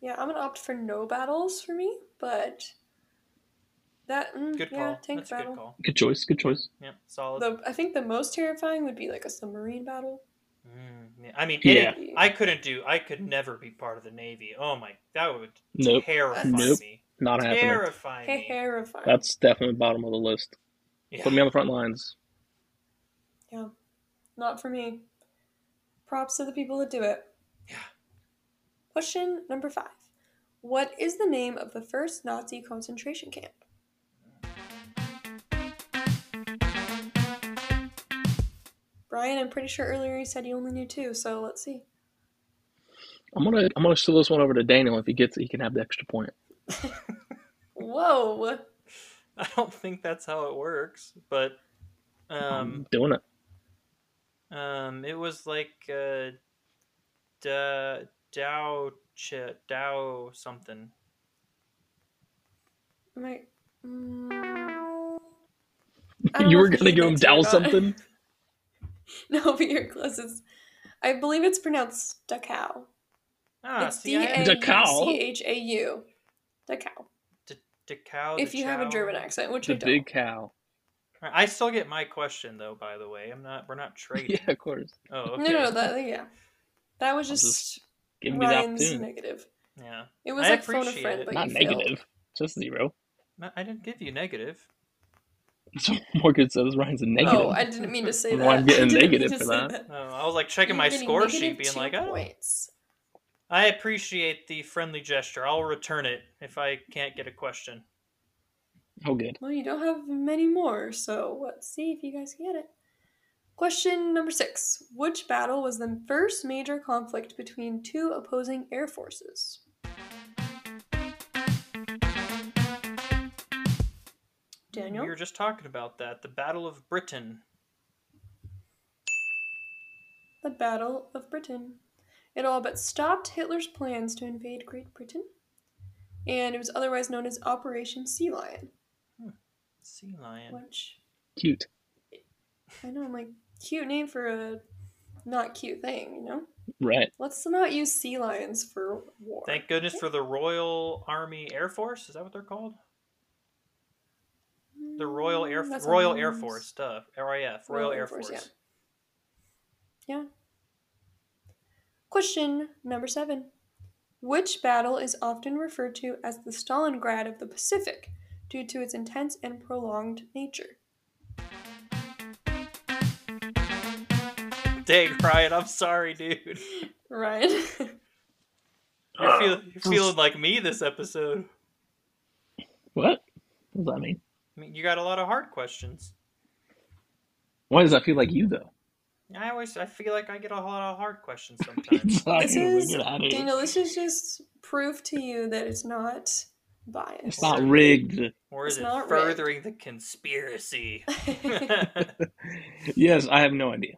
S1: Yeah, I'm gonna opt for no battles for me, but that mm,
S3: Good call.
S1: yeah, tank
S3: That's a good
S1: battle.
S3: call.
S2: Good choice. Good choice.
S3: Yeah, solid.
S1: The I think the most terrifying would be like a submarine battle.
S3: Mm, yeah. I mean,
S2: Yeah.
S3: any- I couldn't do. I could never be part of the Navy. Oh my, that would
S2: Nope.
S3: terrify
S2: Nope.
S3: me.
S2: Not happening.
S3: Terrify me.
S1: Terrifying.
S2: That's definitely bottom of the list.
S3: Yeah.
S2: Put me on the front lines.
S1: Not for me. Props to the people that do it.
S3: Yeah.
S1: Question number five. What is the name of the first Nazi concentration camp? Brian, I'm pretty sure earlier you said you only knew two, so let's see.
S2: I'm gonna I'm gonna steal this one over to Daniel. If he gets it, he can have the extra point.
S1: Whoa.
S3: I don't think that's how it works, but
S2: Mm.
S3: um,
S2: I'm doing it.
S3: um, it was like uh, da, Dow Ch Dow something.
S1: Am I? Mm, I don't
S2: You
S1: know
S2: were
S1: if I
S2: gonna
S1: should
S2: give him
S1: answer or
S2: Dow
S1: not.
S2: something.
S1: No, but you're close. It's, I believe it's pronounced Dachau.
S3: Ah,
S1: it's
S3: see, I had-
S2: D-A- Dachau?
S1: C H A U. Dachau.
S3: Dachau.
S1: If
S3: the
S1: you have a
S3: Chow.
S1: German accent, which
S2: The
S1: I don't.
S2: big cow.
S3: I All right, I still get my question though. By the way, I'm not. We're not trading.
S2: Yeah, of course.
S3: Oh, okay.
S1: No, no, that yeah, that was
S2: I'll
S1: just,
S2: Give me the
S1: Ryan's
S2: opportunity.
S1: negative.
S3: yeah.
S1: It was
S3: I
S1: like phone a
S3: appreciate
S1: friend,
S3: it.
S1: but
S2: Not
S1: you failed.
S2: negative, just zero.
S3: No, I didn't give you negative.
S2: So Morgan says Ryan's a negative.
S1: Oh, I didn't mean to say that.
S2: Well, I'm getting
S1: I didn't mean
S2: negative
S1: to
S2: for
S1: say
S2: that.
S3: No, Oh, I was like checking
S1: You're
S3: my
S1: getting
S3: score
S1: negative
S3: sheet, being
S1: two
S3: like, oh,
S1: points.
S3: I appreciate the friendly gesture. I'll return it if I can't get a question.
S2: Oh, good.
S1: Well, you don't have many more, so let's see if you guys can get it. Question number six: Which battle was the first major conflict between two opposing air forces? Daniel.
S3: We were just talking about that. The Battle of Britain.
S1: The Battle of Britain. It all but stopped Hitler's plans to invade Great Britain, and it was otherwise known as Operation Sea Lion,
S3: Sea lion.
S1: which
S2: Cute.
S1: I know I'm like cute name for a not cute thing, you know?
S2: Right.
S1: Let's not use sea lions for war.
S3: Thank goodness for the Royal Army Air Force. Is that what they're called? The Royal Air
S1: Mm, that's what
S3: Royal
S1: it
S3: Air
S1: means.
S3: Force, duh. RAF, Royal, Air Force.
S1: Question number seven. Which battle is often referred to as the Stalingrad of the Pacific due to its intense and prolonged nature?
S3: Dang, Ryan, I'm sorry, dude.
S1: Ryan.
S3: You're, feel, you're feeling like me this episode.
S2: What? What does that mean?
S3: I mean, you got a lot of hard questions.
S2: Why does that feel like you though?
S3: I always, I feel like I get a lot of hard questions sometimes.
S2: It's not
S1: This
S2: you.
S1: is-
S2: Get out of here.
S1: Daniel, this is just proof to you that it's not biased.
S2: It's not rigged.
S3: or is
S1: It's
S3: it
S1: not rigged.
S3: furthering the conspiracy?
S2: Yes, I have no idea.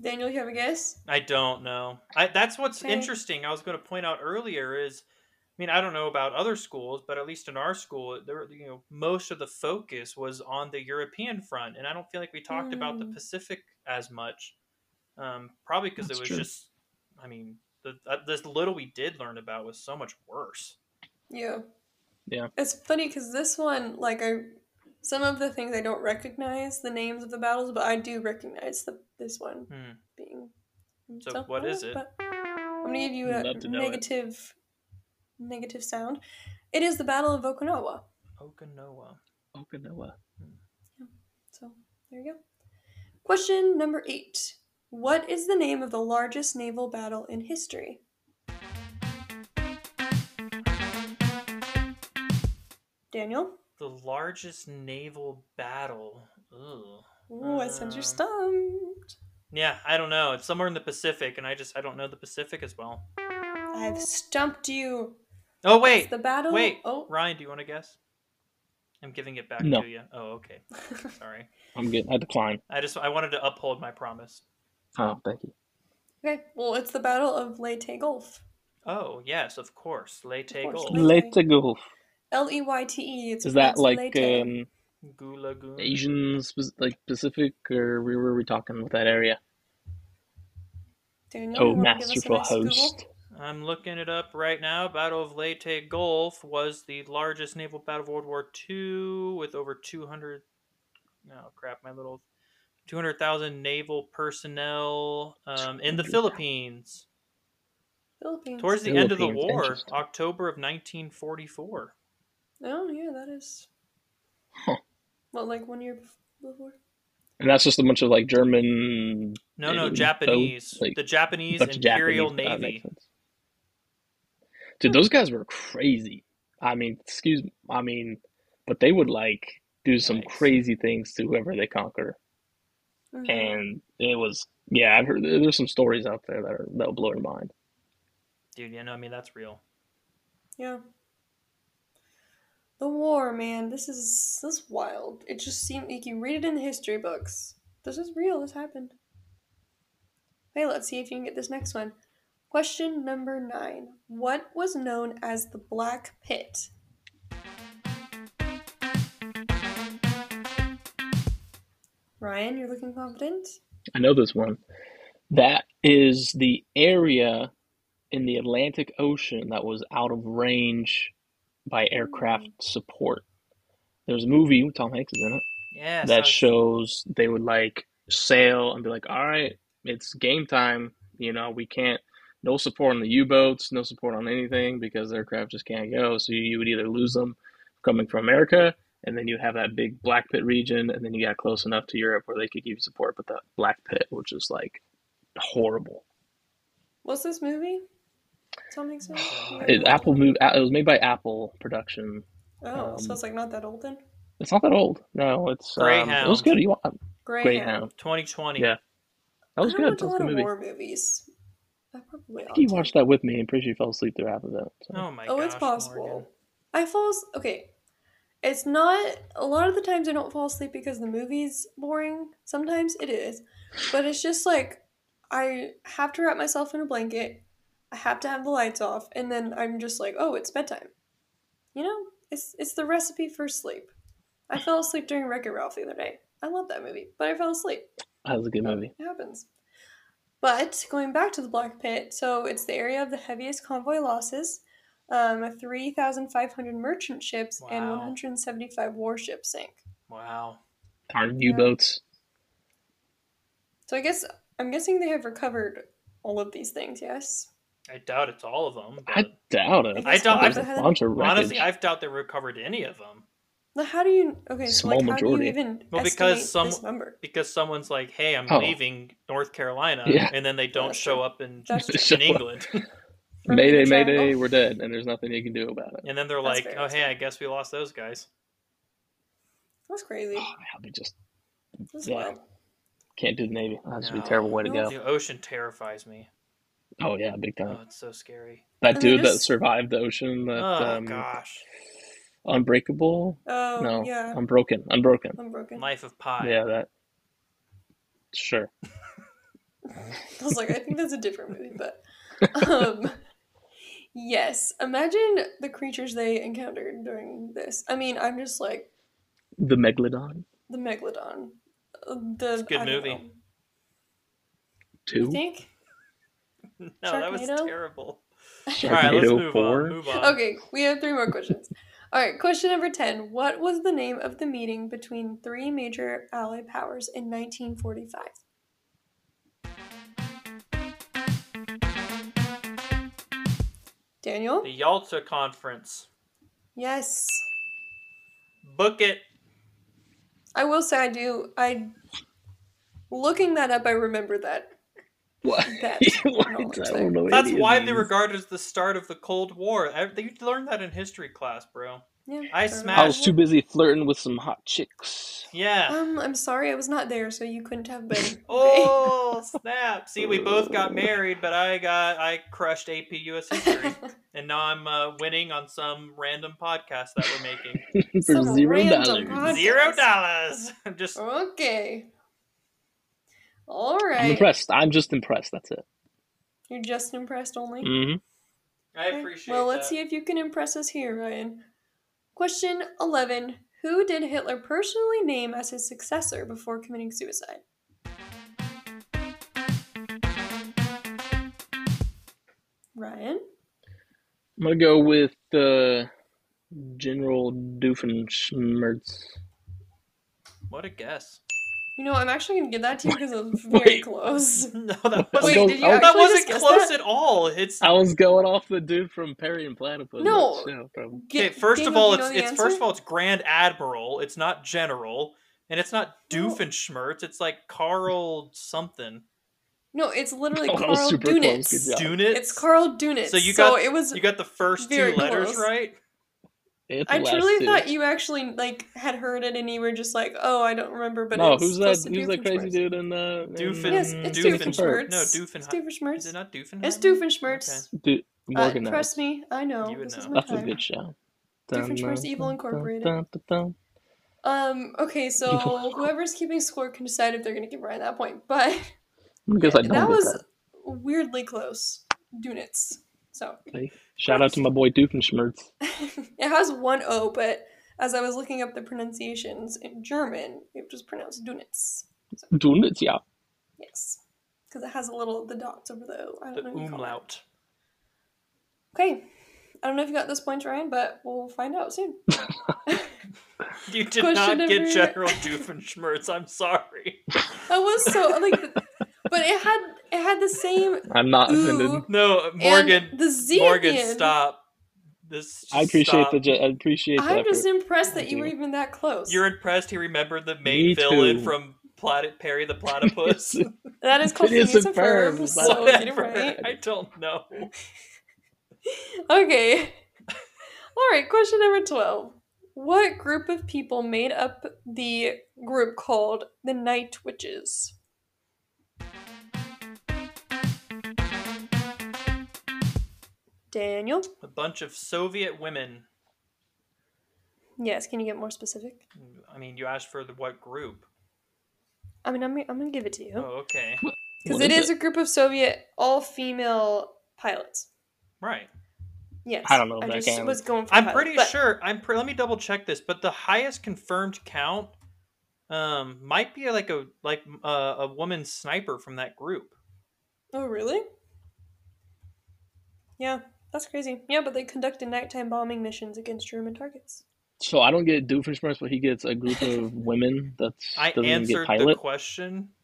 S1: Daniel, you have a guess?
S3: I don't know. I, that's what's
S1: Okay.
S3: interesting. I was going to point out earlier is, I mean, I don't know about other schools, but at least in our school, there, you know, most of the focus was on the European front, and I don't feel like we talked about the
S1: Mm.
S3: Pacific as much. Um, probably because it
S2: That's
S3: was
S2: true.
S3: just, I mean, the, uh, this little we did learn about was so much worse.
S1: Yeah.
S2: Yeah.
S1: It's funny because this one, like, I some of the things I don't recognize the names of the battles, but I do recognize the this one
S3: Hmm.
S1: being.
S3: So what is it?
S1: but I'm gonna give you
S2: I'd
S1: a
S2: love to know it.
S1: negative, negative sound. It is the Battle of Okinawa.
S3: Okinawa.
S2: Okinawa.
S1: So there you go. Question number eight. What is the name of the largest naval battle in history? Daniel?
S3: The largest naval battle. Ugh.
S1: Ooh, I sense
S3: Um,
S1: you're stumped.
S3: Yeah, I don't know. It's somewhere in the Pacific, and I just I don't know the Pacific as well.
S1: I've stumped you.
S3: Oh
S1: It's
S3: wait,
S1: the battle.
S3: wait.
S1: Oh.
S3: Ryan, do you want to guess? I'm giving it back
S2: No.
S3: to you. Oh, okay. Sorry.
S2: I'm good. I decline.
S3: I just I wanted to uphold my promise.
S2: Oh, thank you.
S1: okay. Well, it's the battle of Leyte Gulf.
S3: Oh yes, of course. Leyte
S1: Of course.
S3: Gulf,
S1: Leyte.
S2: Let's go.
S1: L e y t e. It's
S2: Is that
S1: pronounced
S2: like
S1: Leyte.
S2: um,
S3: Gulagoon.
S2: Asian, spe- like Pacific, or where were we talking with that area?
S1: Daniel, you
S2: Oh,
S1: wanna give us a
S2: masterful
S1: nice Google?
S2: host.
S3: I'm looking it up right now. Battle of Leyte Gulf was the largest naval battle of World War II, with over 200. No crap, my little 200,000 naval personnel um, in the
S2: 200,000.
S3: Philippines.
S1: Philippines.
S3: Towards the end of the
S2: Philippines,
S3: war,
S2: interesting.
S3: October of 1944.
S1: Oh yeah, that is.
S2: Huh.
S1: Well, like one year bef- before.
S2: And that's just a bunch of like German,
S3: No, no,
S2: And
S3: Japanese.
S2: both, like,
S3: the Japanese
S2: bunch of
S3: Imperial
S2: Japanese. that makes
S3: Navy.
S2: sense. Dude, those guys were crazy. I mean, excuse me. I mean, but they would like do some
S3: Yikes.
S2: crazy things to whoever they conquer,
S1: Mhm.
S2: and it was yeah. I've heard there- there's some stories out there that are that'll blow your mind.
S3: Dude, you know, I mean, that's real.
S1: Yeah. The war, man. This is this is wild. It just seemed like you read it in the history books. This is real. This happened. Hey, let's see if you can get this next one. Question number nine. What was known as the Black Pit? Ryan, you're looking confident.
S2: I know this one. That is the area in the Atlantic
S3: Hmm.
S2: Ocean that was out of range by aircraft support. There's a movie with Tom Hanks is in it
S3: Yeah. so I
S2: that
S3: was-
S2: shows they would like sail and be like, all right, it's game time. You know, we can't, no support on the U boats, no support on anything because their craft just can't go. So you, you would either lose them coming from America, and then you have that big black pit region, and then you got close enough to Europe where they could give you support, but that black pit, which is like horrible.
S1: What's this movie? Tom Hanks movie?
S2: It, Apple moved, it was made by Apple Production.
S1: Oh, so
S2: um,
S1: it's like not that old then.
S2: It's not that old. No, it's um, it was
S3: Greyhound.
S2: good. You want
S1: Greyhound.
S2: Greyhound?
S3: 2020.
S2: Yeah. That was
S1: I haven't watched
S2: good. That
S1: a
S2: was a
S1: lot
S2: good
S1: of
S2: movie.
S1: war movies. I probably ought
S2: You
S1: to.
S2: watched that with me. I'm pretty sure you fell asleep through half of it. so.
S3: Oh my
S1: Oh,
S3: gosh.
S1: it's possible.
S3: Morgan.
S1: I fall as- okay. It's not a lot of the times I don't fall asleep because the movie's boring. Sometimes it is, but it's just like I have to wrap myself in a blanket. I have to have the lights off, and then I'm just like, oh, it's bedtime. You know, it's it's the recipe for sleep. I fell asleep during Wreck It Ralph the other day. I love that movie, but I fell asleep.
S2: That was a good movie.
S1: It happens. But going back to the Black Pit, so it's the area of the heaviest convoy losses, um, 3,500 merchant ships and
S3: Wow.
S1: 175 warships sank.
S3: Wow.
S2: Darn
S1: Yeah.
S2: U-boats.
S1: So I guess I'm guessing they have recovered all of these things. Yes.
S3: I doubt it's all of them.
S2: I
S3: but-
S2: doubt it.
S3: I doubt-
S2: There's a
S1: I've-
S2: bunch of wreckage.
S3: honestly, I doubt they recovered any of them
S1: Now how do you? Okay, so
S2: Small
S1: like,
S2: majority.
S1: how do you even
S3: Well, because
S1: estimate
S3: some-
S1: this number?
S3: because someone's like, "Hey, I'm
S2: Oh.
S3: leaving North Carolina,"
S2: Yeah.
S3: and then they don't
S1: That's
S3: show
S1: true.
S3: up in
S1: That's
S2: true.
S3: in England,
S1: From
S2: mayday,
S1: the Oh, triangle?
S2: mayday, we're dead, and there's nothing you can do about it.
S3: and then they're
S1: That's
S3: like,
S1: fair,
S3: "Oh,
S1: that's
S3: hey, I guess we lost those guys."
S1: That's crazy.
S2: Oh, I'll be just
S1: That's
S2: Yeah.
S1: wild.
S2: can't do the navy. That'd just be a
S3: No.
S2: terrible way to go.
S3: The ocean terrifies me.
S2: Oh yeah, big
S3: Oh,
S2: time.
S3: it's so scary.
S2: That
S1: And they
S2: dude that
S1: just-
S2: survived the ocean, that
S3: oh
S2: um,
S3: gosh,
S2: unbreakable.
S1: Oh
S2: no,
S1: yeah,
S2: unbroken, unbroken.
S1: I'm broken.
S3: Life of Pi.
S2: Yeah, that. Sure.
S1: I was like, I think that's a different movie, but um, yes. Imagine the creatures they encountered during this. I mean, I'm just like
S2: The megalodon
S1: the megalodon. uh, The
S3: It's a good
S1: I don't
S3: movie.
S1: know. You
S2: two.
S1: think?
S3: No, that was
S1: Sharknado?
S3: terrible. All
S2: Sharknado
S3: right, let's move
S2: four.
S3: on. Move on.
S1: Okay, we have three more questions. All right, question number ten. What was the name of the meeting between three major Allied powers in 1945? Daniel?
S3: The Yalta Conference.
S1: Yes.
S3: Book it.
S1: I will say I do. I looking that up, I remember that.
S2: What?
S1: That
S2: What?
S1: knowledge
S2: I
S1: there.
S2: don't know
S3: That's
S2: any of
S3: widely
S2: these.
S3: regarded as the start of the Cold War. I, you learned that in history class, bro.
S1: Yeah,
S3: I
S1: fair
S3: smashed-
S2: I
S1: enough.
S2: was too busy flirting with some hot chicks.
S3: Yeah.
S1: Um, I'm sorry, I was not there, so you couldn't have been. okay?
S3: Oh snap! See, we both got married, but I got I crushed AP US history, and now I'm uh, winning on some random podcast that we're making.
S2: For
S1: Some
S2: zero
S1: random
S2: dollars.
S1: podcast.
S3: Zero dollars. I'm just
S1: okay. All
S2: I'm
S1: right.
S2: impressed. I'm just impressed. That's it.
S1: You're just impressed only.
S2: Mm-hmm.
S3: I
S1: Okay,
S3: appreciate.
S1: Well, let's
S3: that.
S1: see if you can impress us here, Ryan. Question eleven: Who did Hitler personally name as his successor before committing suicide? Ryan.
S2: I'm gonna go with uh, General Doofenshmirtz.
S3: What a guess!
S1: You know, I'm actually gonna give that to you because it was very
S2: Wait.
S1: close.
S3: No, that
S2: I'll
S1: Wait,
S3: wasn't.
S2: go-
S1: did you
S2: I'll-
S1: actually
S3: that wasn't
S1: just guess
S3: close
S1: that?
S3: at all. It's
S2: I was going off the dude from Perry and Platypus.
S1: No.
S2: that show from-
S1: Ga-
S3: okay. First of
S1: Daniel,
S3: all,
S1: do you
S3: it's
S1: know
S3: it's
S1: the
S3: first of
S1: answer?
S3: all it's Grand Admiral. It's not General, and it's not
S1: No.
S3: Doofenshmirtz. It's like Carl something.
S1: No, it's literally
S2: Oh, that was
S1: Carl
S2: super close. Good
S1: Dunitz.
S2: job.
S3: Dunitz.
S1: It's Carl Dunitz. So
S3: So you
S1: you
S3: got-
S1: it was.
S3: You got the first two
S1: Very
S3: letters
S1: close.
S3: right.
S2: They hit the
S1: I
S2: last
S1: truly
S2: two.
S1: thought you actually like had heard it, and you were just like, "Oh, I don't remember." But
S2: no,
S1: it's
S2: who's that?
S1: supposed to be
S2: Who's that crazy
S1: Doofenshmirtz.
S2: dude in uh, in,
S3: Doofen-
S1: Yes,
S2: um,
S1: it's
S3: Doofenshmirtz.
S1: Doofenshmirtz.
S3: No,
S1: It's
S3: Doofenshmirtz. Is it
S1: Doofenshmirtz.
S3: not Doofenshmirtz?
S1: It's Doofenshmirtz.
S2: Dude,
S1: Uh,
S2: Morgan knows.
S1: trust me, I know.
S3: You would
S1: This is
S3: know.
S1: my
S2: That's a
S1: time.
S2: good show.
S1: Doofenshmirtz Evil Incorporated. Um. Okay, so
S2: Evil.
S1: whoever's keeping score can decide if they're gonna give Ryan that point, but.
S2: I guess I don't
S1: that
S2: get
S1: was weirdly close. Dunitz. So
S2: that. See? Shout out to my boy Doofenshmirtz.
S1: it has one O, but as I was looking up the pronunciations in German, it was pronounced Dunitz.
S2: Doofenshmirtz, yeah.
S1: Yes. Because it has a little the dots over the O. I
S3: The
S1: don't know. what you call it.
S3: umlaut.
S1: Okay. I don't know if you got this point, Ryan, but we'll find out soon.
S3: You did
S1: Question
S3: not get
S1: number-
S3: General Doofenshmirtz. I'm sorry.
S1: That was so like, but it had it had the same
S2: I'm not
S1: Ooh.
S2: offended.
S3: No, uh,
S1: and
S3: Morgan.
S1: the Z. at
S3: Morgan,
S1: the end.
S3: stop. This.
S2: I appreciate
S3: stop.
S2: the ge- I appreciate the
S1: I'm
S2: effort.
S1: just impressed that
S2: Thank
S1: you were
S2: you.
S1: even that close.
S3: You're impressed he remembered the
S2: Me
S3: main villain
S2: too.
S3: from Planet Perry the Platypus.
S1: That is called
S2: It is a
S1: Phineas and Ferb,
S2: verb,
S1: so get it
S3: Whatever.
S1: right.
S3: I don't know.
S1: Okay. All right, question number 12. What group of people made up the group called the Night Witches? Daniel?
S3: A bunch of Soviet women.
S1: Yes, can you get more specific?
S3: I mean, you asked for the what group?
S1: I mean, I'm, I'm going to give it to you.
S3: Oh, okay.
S1: Because
S2: What
S1: it is a group of Soviet all female pilots.
S3: Right.
S1: Yes.
S2: I don't know if
S1: I
S2: that
S1: just
S2: counts.
S1: was going for
S2: Uh,
S3: I'm
S1: pilot,
S3: pretty
S1: but-
S3: sure. I'm pre- let me double check this, but the highest confirmed count um might be like a like uh, a woman sniper from that group.
S1: Oh, really? Yeah, that's crazy. Yeah, but they conducted nighttime bombing missions against German targets.
S2: So I don't get Doofenshmirtz, but he gets a group of women. That's
S3: I
S2: doesn't even
S3: answered
S2: get
S3: the
S2: pilot.
S3: question.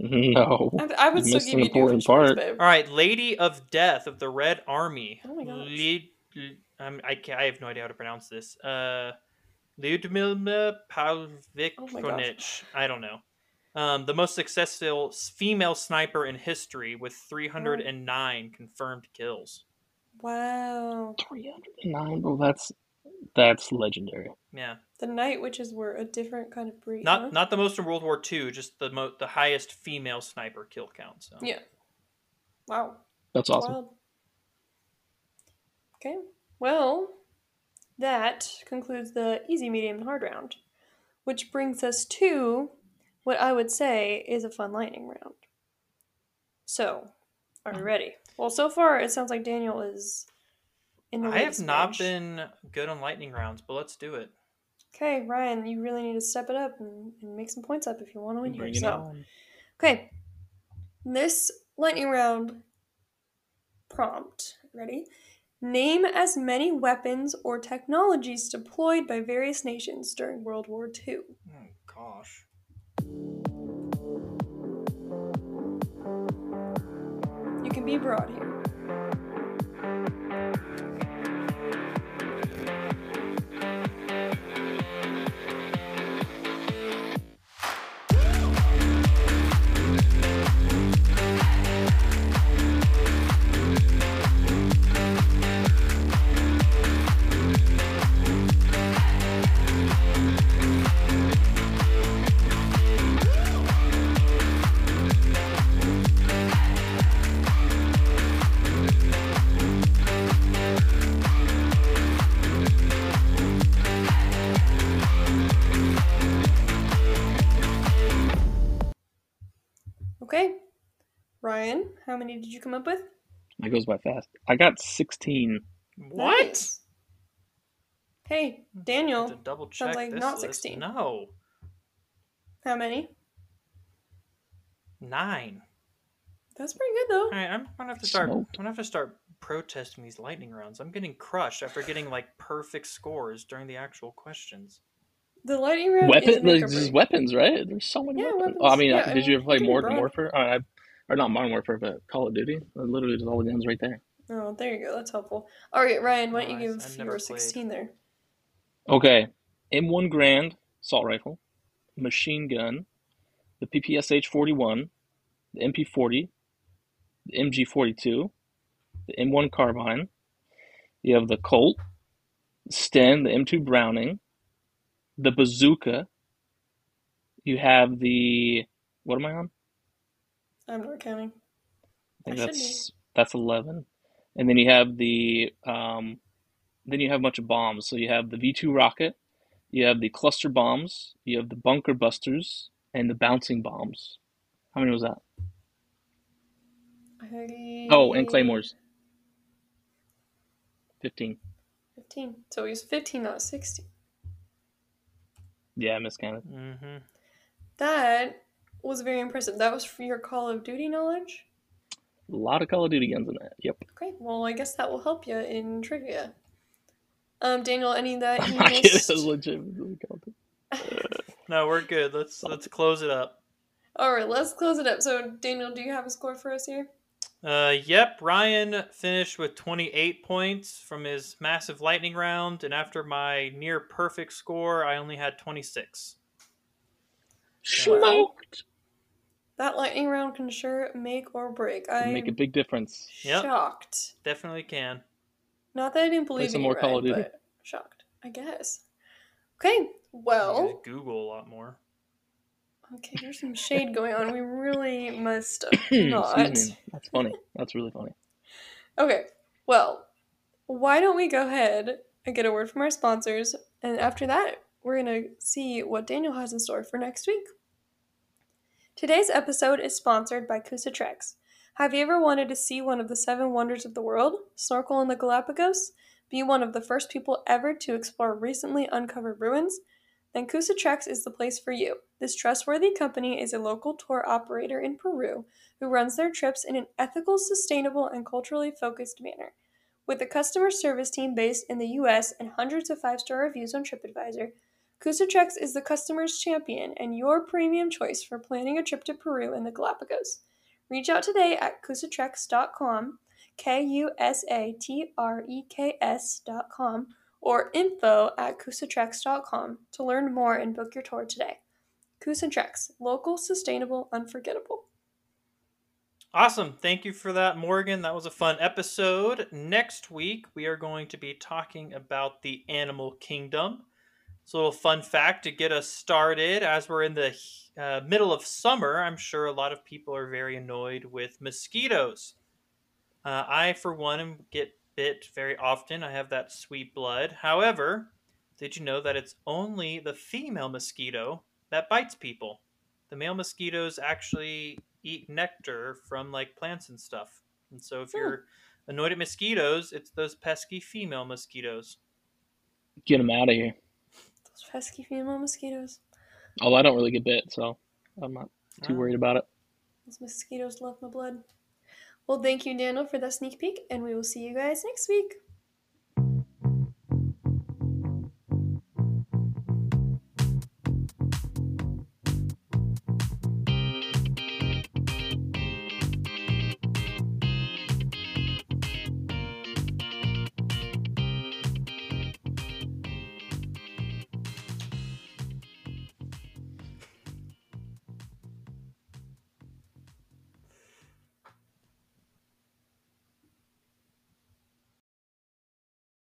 S2: No,
S1: I, I would still
S2: You missed
S1: give
S2: an
S1: you
S2: important
S1: Doofenshmirtz,
S2: part.
S1: babe.
S3: All right, Lady of Death of the Red Army.
S1: Oh my gosh.
S3: Lid- I'm, I can I have no idea how to pronounce this. Uh, Lyudmila
S1: Oh my gosh.
S3: Pavlikonich. I don't know. Um, the most successful s- female sniper in history with 309 confirmed kills.
S1: Wow.
S2: three hundred and nine. Well, that's that's legendary.
S3: Yeah,
S1: The night witches were a different kind of breed. huh?
S3: not not the most in World War II, just the mo- the highest female sniper kill count. So
S1: Yeah. Wow.
S2: That's awesome.
S1: Wild. Okay. Well, that concludes the easy, medium, and hard round, which brings us to what I would say is a fun lightning round. So, are
S3: Hmm.
S1: you ready? Well, so far it sounds like Daniel is in the
S3: I have
S1: latest
S3: not
S1: match.
S3: been good on lightning rounds, but let's do it.
S1: Okay, Ryan, you really need to step it up and, and make some points up if you want to win here.
S2: Bring it
S1: So,
S2: on.
S1: Okay. This lightning round prompt. Ready? Name as many weapons or technologies deployed by various nations during World War II.
S3: Oh gosh.
S1: You can be broad here. Okay. Ryan, how many did you come up with?
S2: That goes by fast. I got sixteen.
S3: What?
S1: Nice. Hey,
S3: I have
S1: Daniel,
S3: to double check
S1: Oh, like
S3: this
S1: not
S3: list.
S1: 16.
S3: No,
S1: how many?
S3: nine.
S1: That's pretty good though.
S3: All right, I'm gonna have to start.
S2: Smoked.
S3: I'm gonna have to start protesting these lightning rounds. I'm getting crushed after getting like perfect scores during the actual questions.
S1: The lightning round is a
S2: Weapon.
S1: make or
S2: There's just
S1: break.
S2: weapons, right? There's so many
S1: Yeah,
S2: weapons.
S1: weapons.
S2: Oh, I mean,
S1: Yeah,
S2: did
S1: I mean,
S2: you ever play
S1: pretty
S2: Modern
S1: broad.
S2: Warfare? Uh, I, or not Modern Warfare, but Call of Duty. Uh, Literally, just all the guns right there.
S1: Oh, there you go. That's helpful. All right, Ryan, why don't you
S3: Nice.
S1: give
S3: I've never
S1: your
S3: played.
S1: 16 there?
S2: Okay, M1 Grand assault rifle, machine gun, the PPSH 41, the MP40, the MG42, the M1 carbine. You have the Colt, Sten, the M2 Browning, the bazooka. You have the what am I on?
S1: I'm not counting.
S2: I think
S1: I should
S2: that's that's 11. And then you have the um then you have a bunch of bombs. So you have the V2 rocket, you have the cluster bombs, you have the bunker busters and the bouncing bombs. How many was that? Oh, and claymores. 15.
S1: 15. So he was 15, not 16.
S2: Yeah, I miscounted.
S3: Mm-hmm.
S1: That was very impressive. That was for your Call of Duty knowledge?
S2: A lot of Call of Duty guns in that. Yep.
S1: Great. Well, I guess that will help you in trivia. Um, Daniel, any that you
S2: I
S1: missed?
S2: legitimately Call of Duty.
S3: No, we're good. Let's let's close it up.
S1: All right, let's close it up. So, Daniel, do you have a score for us here?
S3: Uh, yep, Ryan finished with 28 points from his massive lightning round, and after my near perfect score, I only had 26.
S2: Smoked.
S1: That lightning round can sure make or break.
S2: Can
S1: I'm
S2: Make a big difference.
S3: Yep.
S1: shocked.
S3: Definitely can.
S1: Not that I didn't believe
S2: some
S1: in
S2: more
S1: you,
S2: Call
S1: Ryan,
S2: of Duty.
S1: but shocked, I guess. Okay, well,
S3: You Google a lot more.
S1: okay, there's some shade going on. We really must
S2: Excuse
S1: not.
S2: me. That's funny. That's really funny.
S1: Okay, well, why don't we go ahead and get a word from our sponsors, and after that, we're going to see what Daniel has in store for next week. Today's episode is sponsored by Kusa Treks. Have you ever wanted to see one of the seven wonders of the world, snorkel in the Galapagos, be one of the first people ever to explore recently uncovered ruins? Then Kusa Treks is the place for you. This trustworthy company is a local tour operator in Peru who runs their trips in an ethical, sustainable, and culturally focused manner. With a customer service team based in the US and hundreds of five star reviews on TripAdvisor, Kusatrex is the customer's champion and your premium choice for planning a trip to Peru and the Galapagos. Reach out today at kusatrex.com, K U S A T R E K S.com, or info at kusatrex.com to learn more and book your tour today. Kusatrex, local, sustainable, unforgettable.
S3: Awesome. Thank you for that, Morgan. That was a fun episode. Next week, we are going to be talking about the animal kingdom. It's a little fun fact to get us started. As we're in the uh, middle of summer, I'm sure a lot of people are very annoyed with mosquitoes. Uh, I, for one, am- get bit very often. I have that sweet blood. However, did you know that it's only the female mosquito that bites people? the male mosquitoes actually eat nectar from like plants and stuff. And so if
S1: Hmm.
S3: you're annoyed at mosquitoes, it's those pesky female mosquitoes.
S2: Get them out of here.
S1: Those pesky female mosquitoes.
S2: Although I don't really get bit, so I'm not too
S3: Ah.
S2: worried about it.
S1: Those mosquitoes love my blood. Well, thank you, Daniel, for that sneak peek, and we will see you guys next week.